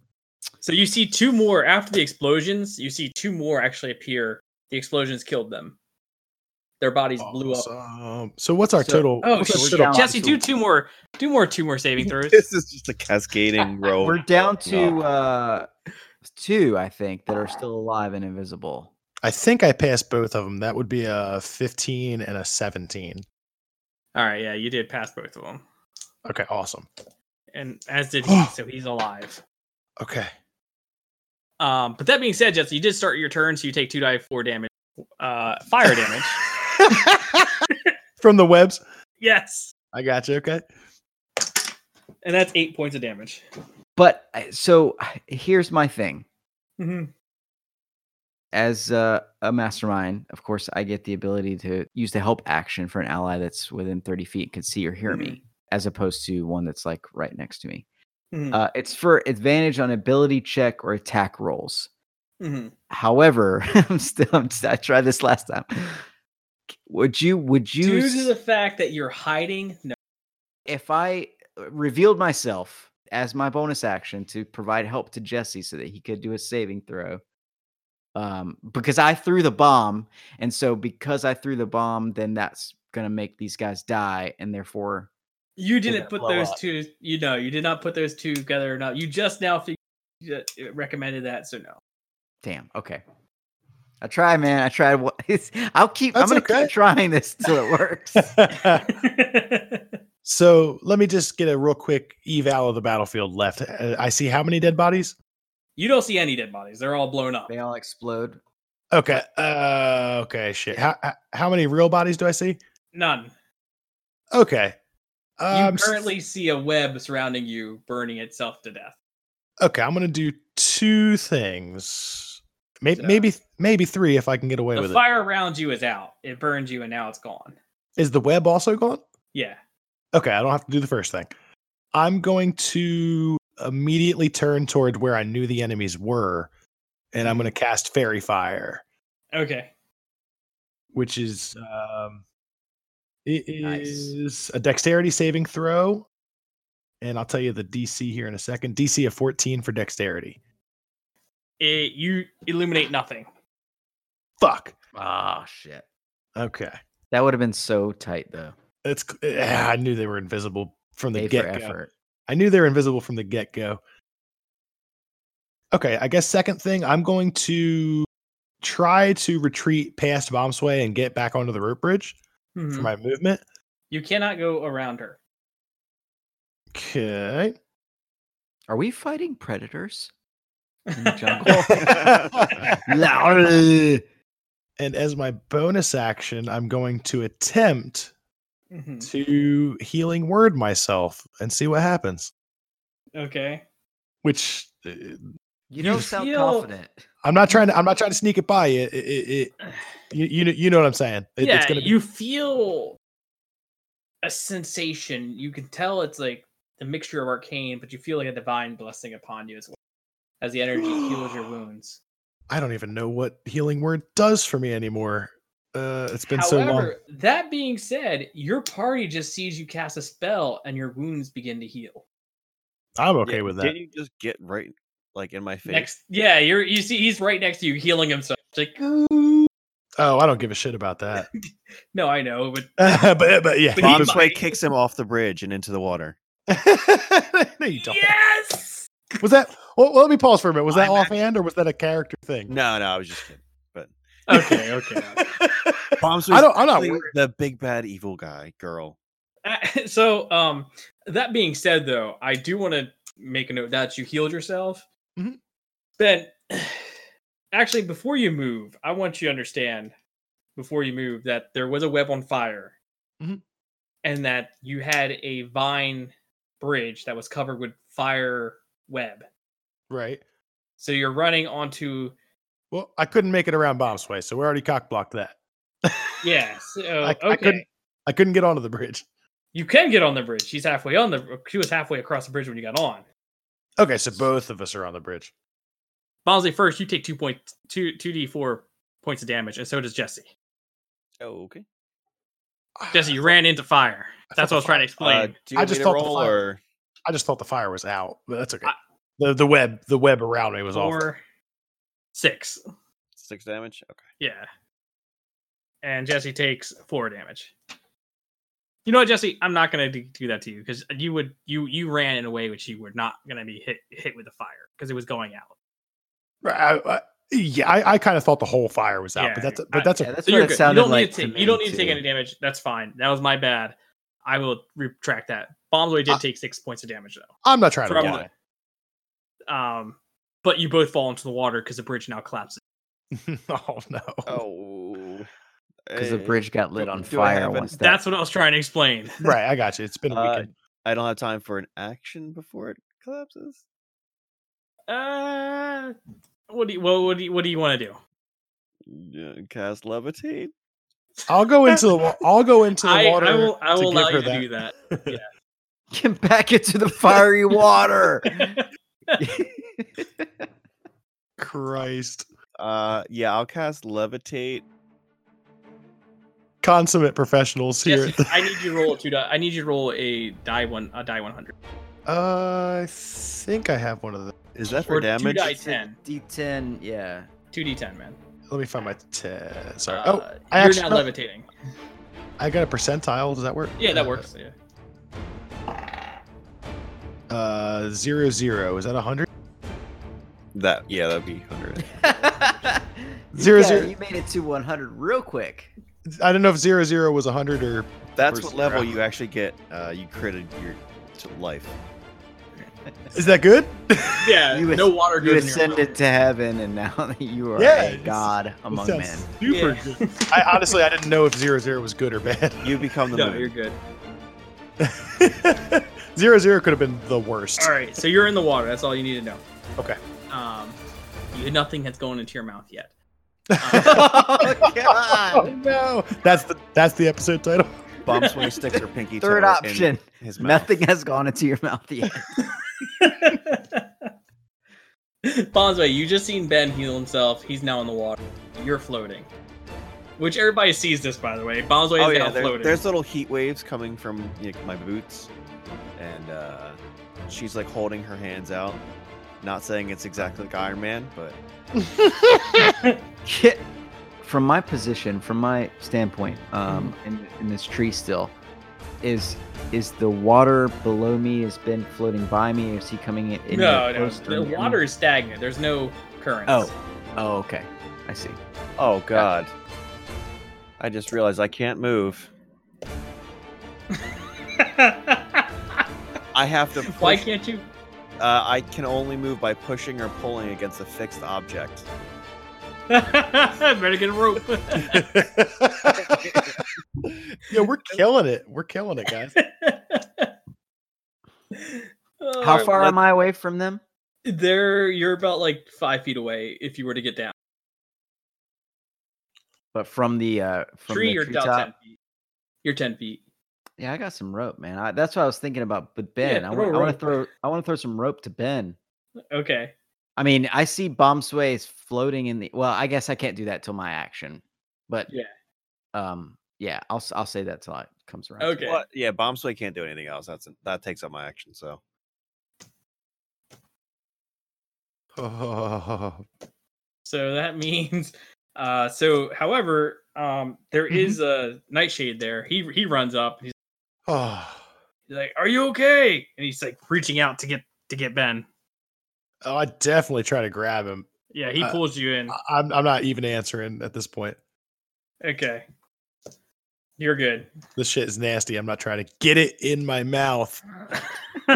So you see two more after the explosions. You see two more actually appear. The explosions killed them. Their bodies blew up.
Awesome. So what's our
So-
total?
Oh
what's our
shit.
shit!
total-
down
Jesse,
to-
do two more. Do more. Two more saving throws.
This is just a cascading Oh. row.
we're down uh,
no.
to uh two, I think, that are still alive and invisible.
I think I passed both of them. That would be a 15 and a 17.
All right, yeah, you did pass both of them,
Okay, awesome.
and as did he, so he's alive.
Okay.
Um, but that being said, Jets, you did start your turn, so you take two die four damage, uh, fire damage.
From the webs.
yes,
I got you. Okay.
and that's eight points of damage.
But I- so here's my thing.
Mhm.
As uh, a mastermind, of course, I get the ability to use the help action for an ally that's within 30 feet can see or hear
Mhm.
me, as opposed to one that's like right next to me.
Mhm.
Uh, it's for advantage on ability check or attack rolls.
Mhm.
However, I'm still I'm, st- I tried this last time. Would you would you
Due
s-
to the fact that you're hiding, no.
if I uh, revealed myself as my bonus action to provide help to Jesse so that he could do a saving throw, um, because I threw the bomb, and so because I threw the bomb, then that's gonna make these guys die, and therefore,
You
gonna
didn't put
blow
those
up.
two. You know, you did not put those two together. Or not. You just now fig- you ju- recommended that, so no.
damn, okay. I try, man. I tried. wha- It's, I'll keep. I'm
That's
gonna
okay.
keep trying this till it works.
so let me just get a real quick eval of the battlefield left. Uh, I see how many dead bodies?
you don't see any dead bodies. They're all blown up.
they all explode.
Okay. Uh, okay. Shit. How, h- how many real bodies do I see?
None.
Okay.
You
Um, s-
currently see a web surrounding you, burning itself to death.
okay. I'm going to do two things. Maybe,
So-
maybe, maybe three if I can get away
The
with
fire around you is out. It burned you, and now it's gone.
it. Is the web also gone?
Yeah.
Okay, I don't have to do the first thing. I'm going to immediately turn toward where I knew the enemies were, and
Hmm.
I'm going to cast Fairy Fire,
Okay.
which is um, it is
Nice.
a Dexterity saving throw, and I'll tell you the DC here in a second. DC of 14 for Dexterity.
It, you illuminate nothing.
Fuck.
Ah, shit.
Okay,
That would have been so tight, though.
it's c- ah, I knew they were invisible from the
A for
get go.
effort.
I knew they were invisible from the get go. Okay, I guess second thing, I'm going to try to retreat past bomb sway and get back onto the rope bridge for
Hmm.
Mhm.
my movement.
You cannot go around her.
Okay.
Are we fighting predators? In the jungle.
and
Lowry.
as my bonus action, I'm going to attempt
Mhm.
to healing word myself and see what happens.
Okay.
Which uh,
You don't sound
feel-
confident.
I'm not trying to. I'm not trying to sneak it by you. It, it, it, you, you. know- You know what I'm saying? It-
yeah,
it's gonna be-
you feel a sensation. You can tell it's like the mixture of arcane, but you feel like a divine blessing upon you as well as the energy heals your wounds.
I don't even know what healing word does for me anymore. Uh, it's been so long.
However, that being said, your party just sees you cast a spell and your wounds begin to heal.
I'm okay with that.
Didn't you just get right like in my face?
Next, yeah, you're you see he's right next to you healing himself. It's like,
Oh, I don't give a shit about that.
no, I know, but
but, but yeah,
But he
Bomb
might-
Sway kicks him off the bridge and into the water.
no, you don't.
yes,
Was that? Well, let me pause for a minute. Was that
I'm
offhand or was that a character thing?
No, no, I was just kidding.
okay, okay.
Bomb
I don't. I'm not.
actually
worried.
the big bad evil guy girl.
Uh, so um that being said though i do want to make a note that you healed yourself
Mhm.
ben actually before you move i want you to understand before you move that there was a web on fire
Mhm.
and that you had a vine bridge that was covered with fire web
Right.
so you're running onto
Well, I couldn't make it around bomb sway, so we already cock blocked that.
yeah so,
I, I
Oh, okay
couldn't. I couldn't get onto the bridge.
you can get on the bridge she's halfway on the she was halfway across the bridge when you got on
Okay, so both of us are on the bridge.
Bonsley first, you take two point two two d four points of damage, and so does Jesse.
Oh, okay.
Jesse, you ran into fire.
I
That's
thought
what I was
the
trying to
Uh,
explain.
do you
I
want
just
me to
felt the
roll
fire.
or
I just thought the fire was out, but that's okay.
I-
the the web the web around me was off.
Four, six,
six damage? Okay.
yeah. And Jesse takes four damage. You know what, Jesse? I'm not gonna do, do that to you because you would you you ran in a way which you were not gonna be hit hit with the fire because it was going out.
Right, I, I, Yeah, I, I kind of thought the whole fire was out,
Yeah,
but that's a,
I-
but that's a
Yeah, that's
So
what
you're
it
good. You
sounded
don't
like
need to take.
me,
you don't need to take
too.
any damage. That's fine. That was my bad. I will retract that. Bombsway did
Uh,
take six points of damage though.
I'm not trying to
From
lie.
the- um, but you both fall into the water because the bridge now collapses.
oh no.
Oh,
because the
eh,
bridge got lit
do-
on
do I
fire
have an-
once. That,
That's what I was trying to explain.
Right, I got you. It's been a
Uh,
weekend.
I don't have time for an action before it collapses.
Uh, what do you, what, what do you, what do you want to do?
Yeah, Cast levitate.
I'll go into the wa- I'll go into the
I,
water.
I will I
to
will
give
allow
her
you to
that.
do that.
get back into the fiery water.
Christ,
Uh, yeah, I'll cast levitate.
consummate professionals here.
Yes, I need you to roll a two. Die, I need you to roll a die one a die one hundred
Uh, I think I have one of them.
Is that for
or two
damage?
die
It's a
ten.
D10, yeah.
Two d ten, man.
Let me find my test. Sorry. oh,
Uh,
I
you're
actually-
now levitating.
I got a percentile. Does that work?
Yeah, that
Uh,
works. Yeah.
Uh, zero zero. Is that a hundred?
That yeah, that'd be hundred.
Zero,
yeah,
zero.
You made it to 100 real quick.
I don't know if zero zero was a hundred or.
That's
Where's
what
the
level
crap?
you actually get. Uh, you critted your to life.
Is that good?
Yeah.
You
no water
You
goes in your
ascended to heaven, and now you are
Yeah,
a
it's-
god among
That
men.
sounds Super
Yeah.
good. I honestly I didn't know if zero zero was good or bad.
You become the
No,
moon.
you're good.
zero zero could have been the worst.
All right, so you're in the water. That's all you need to know.
Okay.
Um, you, nothing has gone into your mouth yet. Um,
oh,
Oh
God.
no, that's the that's the episode title.
Bumps when he sticks her pinky.
Third
toe in
option.
His mouth.
Nothing has gone into your mouth yet.
Bonzo, you just seen Ben heal himself. He's now in the water. You're floating, which everybody sees this, by the way. Bonzo is
Oh yeah,
now
there,
floating.
there's little heat waves coming from you know, my boots, and uh, she's like holding her hands out. Not saying it's exactly like Iron Man, but
Shit. From my position, from my standpoint, um,
Mm-hmm.
in, in this tree still, is is the water below me has been floating by me? Or is he coming in? in
no, no,
close to
the
me?
water is stagnant. There's no currents.
Oh, oh, okay, I see.
oh god, I just realized I can't move. I have to. Push,
Why can't you?
uh, I can only move by pushing or pulling against a fixed object.
Better get a rope.
yeah, we're killing it. We're killing it, guys.
How
Uh,
far
let-
am I away from them?
There, you're about like five feet away if you were to get down.
But from the uh, from
Tree,
the
you're about
treetop-
ten feet. You're ten feet.
Yeah, I got some rope, man. I, that's what I was thinking about. But Ben, I
throw
want, I want
rope.
to throw, I want to throw some rope to Ben.
Okay.
I mean, I see bomb sways floating in the. Well, I guess I can't do that till my action, but
Yeah.
um, yeah, I'll s- I'll say that till it comes around.
Okay.
Well, yeah, bomb sway can't do anything else. That's that takes up my action. So
Oh,
So that means. Uh, so, however, um, there is a nightshade there. He he runs up. He's
oh.
like, "Are you okay?" And he's like reaching out to get to get Ben.
Oh, I definitely try to grab him.
Yeah, he
Uh,
pulls you in.
I- I'm I'm not even answering at this point.
Okay. You're good.
This shit is nasty. I'm not trying to get it in my mouth.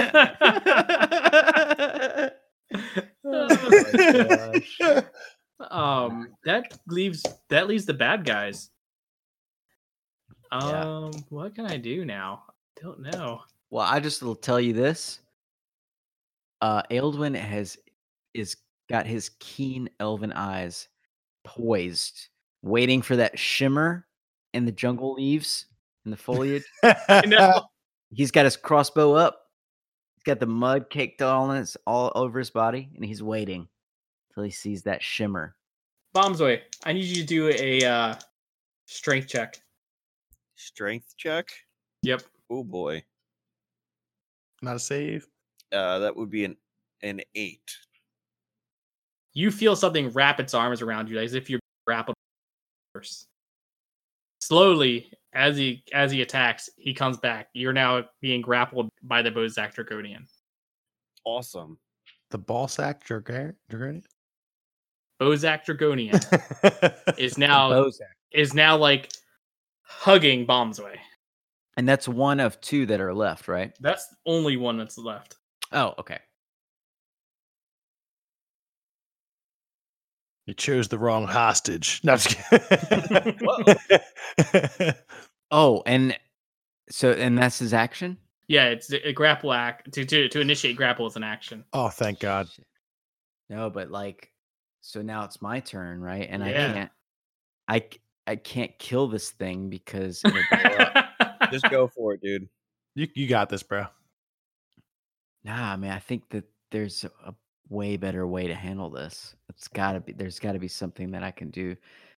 um that leaves that leaves the bad guys
Yeah.
um what can i do now i don't know
Well, I just will tell you this. Uh Aeldwin has is got his keen elven eyes poised, waiting for that shimmer in the jungle leaves and the foliage.
know.
he's got his crossbow up. He's got the mud caked all in his, all over his body, and he's waiting till he sees that shimmer.
bombzoy i need you to do a uh strength check
strength check.
yep
Oh boy,
not a save.
uh, that would be an an eight.
you feel something wrap its arms around you as if you're grappled first. slowly as he as he attacks he comes back you're now being grappled by the bozak draconian
Awesome.
The ball sack Dragar- Dragonian?
Bozak Dragonian is now is now like hugging Bombsway.
And that's one of two that are left, right?
That's the only one that's left.
Oh, okay.
You chose the wrong hostage. No, I'm just kidding.
Oh, and so and that's his action?
Yeah, it's a a grapple act to, to to initiate grapple is an action.
oh, thank God.
Shit. No, but like so now it's my turn, right? And
Yeah.
I can't I c- I can't kill this thing because it'll blow up.
Just go for it, dude.
You you got this, bro.
Nah, man, I think that there's a way better way to handle this. It's gotta be there's gotta be something that I can do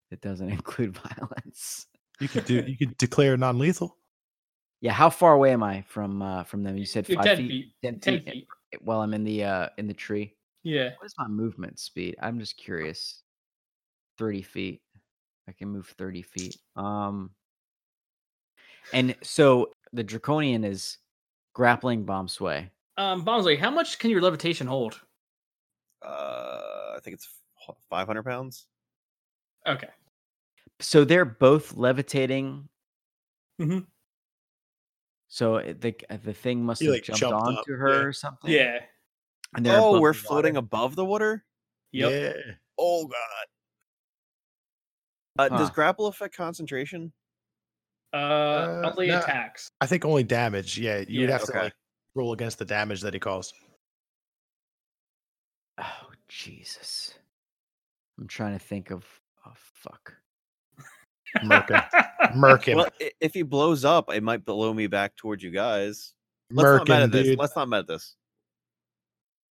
that doesn't include violence.
You could do you could declare non-lethal.
Yeah, how far away am I from uh from them? You said
You're 10
five feet,
feet.
ten
Ten
feet.
feet.
Well, I'm in the uh in the tree.
Yeah.
What is my movement speed? I'm just curious. Thirty feet. I can move thirty feet. Um. And so the draconian is grappling bomb sway.
Um, Bombsway, how much can your levitation hold?
Uh, I think it's f- 500 pounds.
Okay.
So they're both levitating.
Mm-hmm.
Mhm.
So it- the uh, the thing must
He,
have
like,
jumped
jumped up,
onto
yeah.
her or something.
Yeah.
And they're
Oh,
above
we're
the water.
floating above the water.
Yep.
Yeah.
Oh god. Uh, Does
Huh.
grapple affect concentration?
Uh,
Uh,
only
no.
attacks.
I think only damage. Yeah, you would
Yeah,
have to
okay.
like roll against the damage that he caused.
Oh Jesus! I'm trying to think of. Oh fuck!
Merkin. Merkin.
Well, i- if he blows up, it might blow me back towards you guys. Let's not
Merkin,
meta this.
dude.
Let's not meta this.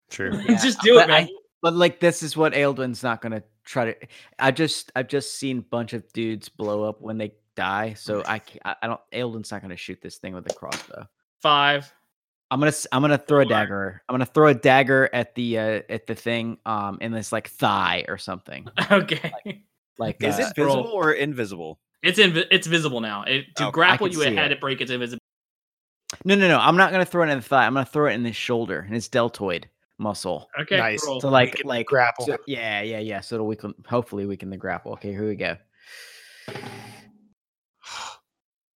True.
Yeah,
Just do it,
but I-
man.
But like this is what Aildwin's not gonna try to. I just I've just seen bunch of dudes blow up when they die, so I ca- I, I don't. Aildwin's not gonna shoot this thing with a crossbow.
Five.
I'm gonna s- I'm gonna throw a
Or-
dagger. I'm gonna throw a dagger at the uh, at the thing um in this like thigh or something.
Okay.
Like
Is
uh,
it visible or invisible?
It's invi- it's visible now. It, to
Okay, I
grapple
Oh, can
you, it
see
had
it.
to break its invisibility.
No, no, no. I'm not gonna throw it in the thigh. I'm gonna throw it in his shoulder, in his deltoid muscle.
Okay.
Nice.
cool.
So like
Weaken the
like
grapple.
so- yeah, yeah, yeah. So it'll weaken. Hopefully weaken the grapple. Okay, here we go.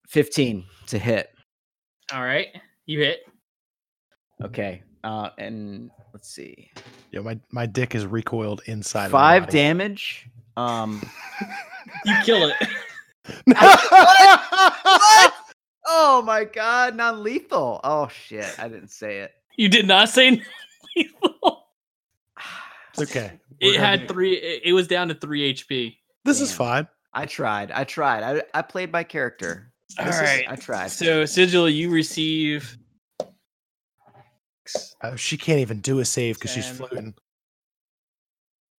Fifteen to hit.
All right. You hit.
Okay. Uh, and let's see.
Yo, my my dick is recoiled inside. of my
Five
body.
damage. Um.
You kill it.
what? Oh my god, non lethal. Oh shit, I didn't say it.
You did not say lethal.
It's okay.
It
We're
had
good.
three. It, it was down to three HP.
This is
Damn.
fine.
I tried. I tried. I, I played my character.
All
This is-
right.
I tried.
So Sigil, you receive.
Oh, she can't even do a save because she's
Ten.
floating.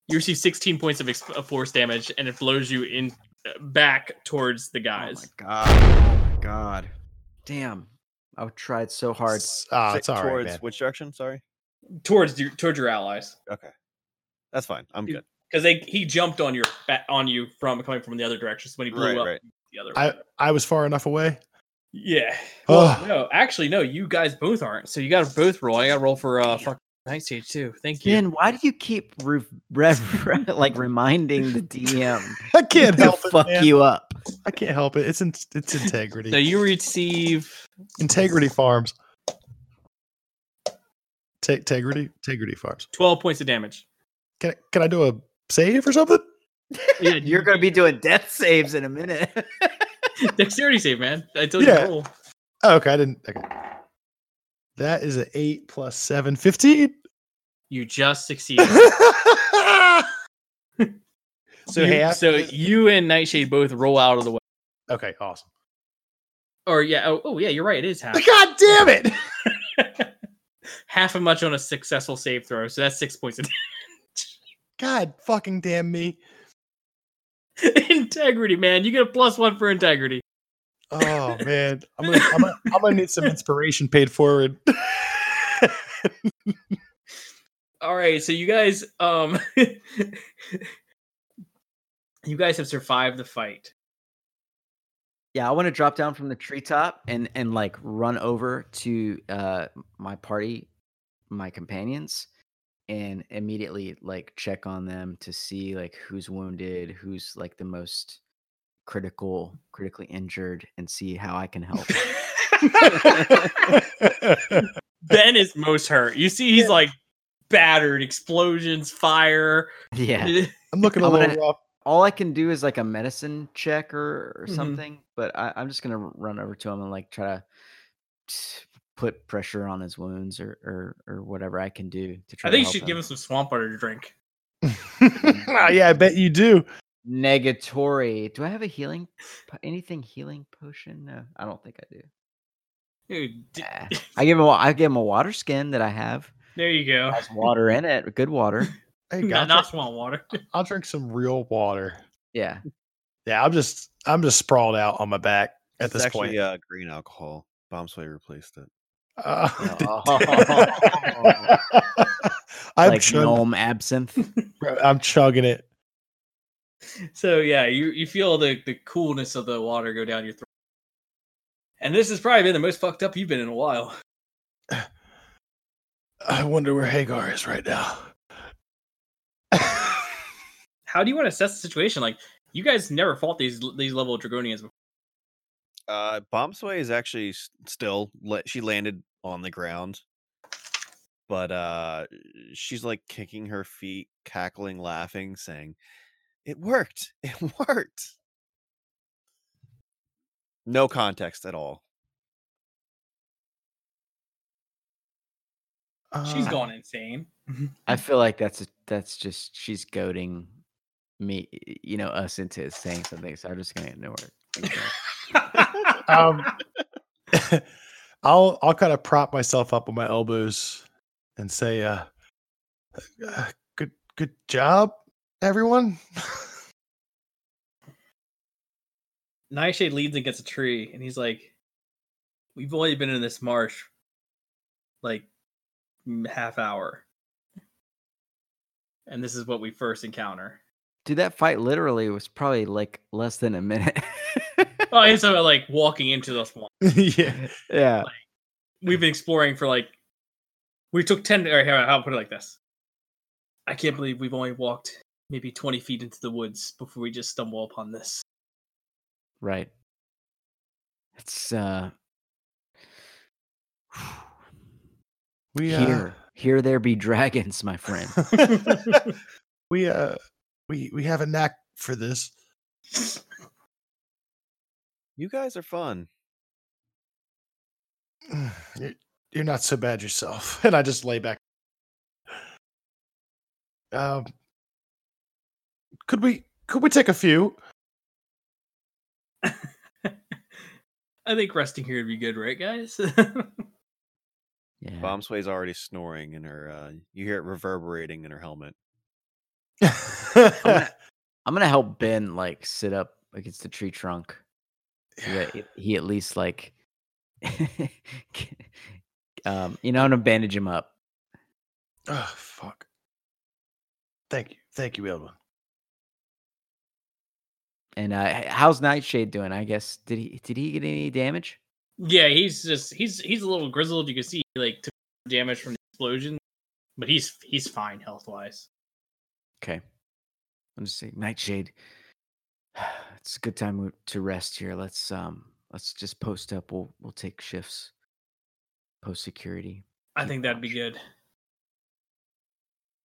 You receive 16 points of, ex- of force damage, and it blows you in uh, back towards the guys.
Oh my god. Oh my god. Damn. I tried so hard.
It's- ah,
Say-
it's all right,
towards
man.
which direction? Sorry.
towards your towards your allies,
Okay, that's fine. I'm
You-
good.
because they he jumped on your ba- on you from coming from the other direction. So when he blew
Right,
up,
right.
the other.
I
way.
I was far enough away.
Yeah.
Ugh.
Well, no, actually, no. You guys both aren't. So you got to both roll. I got to roll for uh, fuck night stage too. Thank you.
Jen, why do you keep re- rev- re- like reminding the DM
I can't
to
help it.
fuck
man.
you up?
I can't help it. It's in, it's integrity.
So you receive
integrity Farms. Ta- integrity, integrity Farms.
12 points of damage.
Can I, can I do a save or something?
Yeah,
You're gonna be doing death saves in a minute.
dexterity save, man. I told you
Yeah.
to roll.
Oh, okay, I didn't. Okay. That is an 8 plus 7, 15.
You just succeeded.
so,
you,
hey, I-
so you and Nightshade both roll out of the way.
okay, awesome.
Or yeah, oh, oh yeah, you're right. It is half.
God damn it!
half as much on a successful save throw. So that's six points of
God fucking damn me.
integrity, man. You get a plus one for integrity.
Oh, man. I'm going to I'm gonna, I'm gonna need some inspiration paid forward.
All right, so you guys, um, you guys have survived the fight.
Yeah, I want to drop down from the treetop and and like run over to uh my party, my companions, and immediately like check on them to see like who's wounded, who's like the most critical, critically injured, and see how I can help.
ben is most hurt. You see, he's like battered, explosions, fire.
yeah.
I'm looking a
I'm
little
gonna-
rough.
All I can do is like a medicine check or, or
Mhm.
something, but I, I'm just gonna run over to him and like try to t- put pressure on his wounds or or, or whatever I can do to try.
I
to
think you
help
should give him some swamp water to drink.
Ah, yeah, I bet you do.
Negatory. Do I have a healing? po- Anything healing potion? No, I don't think I do.
Dude, d-
Eh, I give him. A, I give him a water skin that I have.
there you go.
Has water in it. Good water.
Hey,
Not,
God,
not swamp water.
I'll drink some real water.
Yeah.
Yeah, I'm just I'm just sprawled out on my back at
It's
this
actually,
point.
uh, green alcohol. Bomb Sway replaced it.
Uh,
Oh.
I'm,
like
chug-
gnome absinthe.
I'm chugging it.
So yeah, you you feel the the coolness of the water go down your throat. And this has probably been the most fucked up you've been in a while.
I wonder where Hagar is right now.
How do you want to assess the situation? Like you guys never fought these these level of dragonians before.
Uh, Bomb Sway is actually s- still. la- She landed on the ground, but uh, she's like kicking her feet, cackling, laughing, saying, "It worked! It worked!" No context at all.
She's
Uh,
gone insane.
I feel like that's a, that's just she's goading me, you know, us into saying something. So I'm just gonna ignore it. ignore it.
Um, I'll I'll kind of prop myself up on my elbows and say, uh, uh, "Good good job, everyone."
Nightshade leans against a tree and he's like, We've only been in this marsh like m- half hour. And this is what we first encounter.
Dude, that fight literally was probably like less than a minute.
Oh, and so like walking into this one.
yeah,
yeah.
We've been exploring for like we took ten or here, I'll put it like this. I can't believe we've only walked maybe twenty feet into the woods before we just stumble upon this.
Right. It's uh
we uh,
here. Here there be dragons, my friend.
we uh, we we have a knack for this.
You guys are fun.
You're, you're not so bad yourself. And I just lay back. Um, could we could we take a few?
I think resting here would be good, right, guys?
Yeah.
Bomb Sway's already snoring in her. Uh, you hear it reverberating in her helmet.
gonna- I'm gonna help Ben like sit up against the tree trunk. so that it- he at least like um you know I'm gonna bandage him up.
Oh fuck. Thank you. Thank you, Edwin.
And uh, h- how's Nightshade doing? I guess did he did he get any damage?
Yeah, he's just he's he's a little grizzled. You can see he, like took damage from the explosion, but he's he's fine health wise.
Okay, I'm just saying Nightshade. It's a good time w- to rest here. Let's um let's just post up. We'll we'll take shifts. Post security.
I
Keep
think that'd be
watch.
good.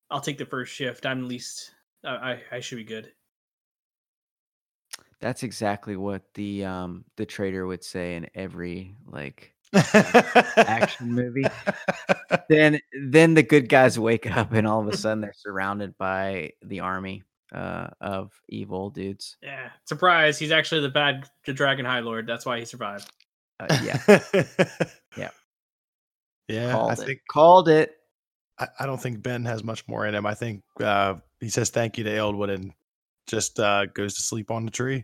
I'll take the first shift. I'm least. I I, I should be good.
That's exactly what the um the trader would say in every like action movie. then then the good guys wake up and all of a sudden they're surrounded by the army uh of evil dudes.
Yeah, surprise! He's actually the bad, the Dragon High Lord. That's why he survived.
Uh, yeah. Yeah.
Yeah.
called
I
it.
think
called it.
I, I don't think Ben has much more in him. I think uh, he says thank you to Eldwood and just uh, goes to sleep on the tree.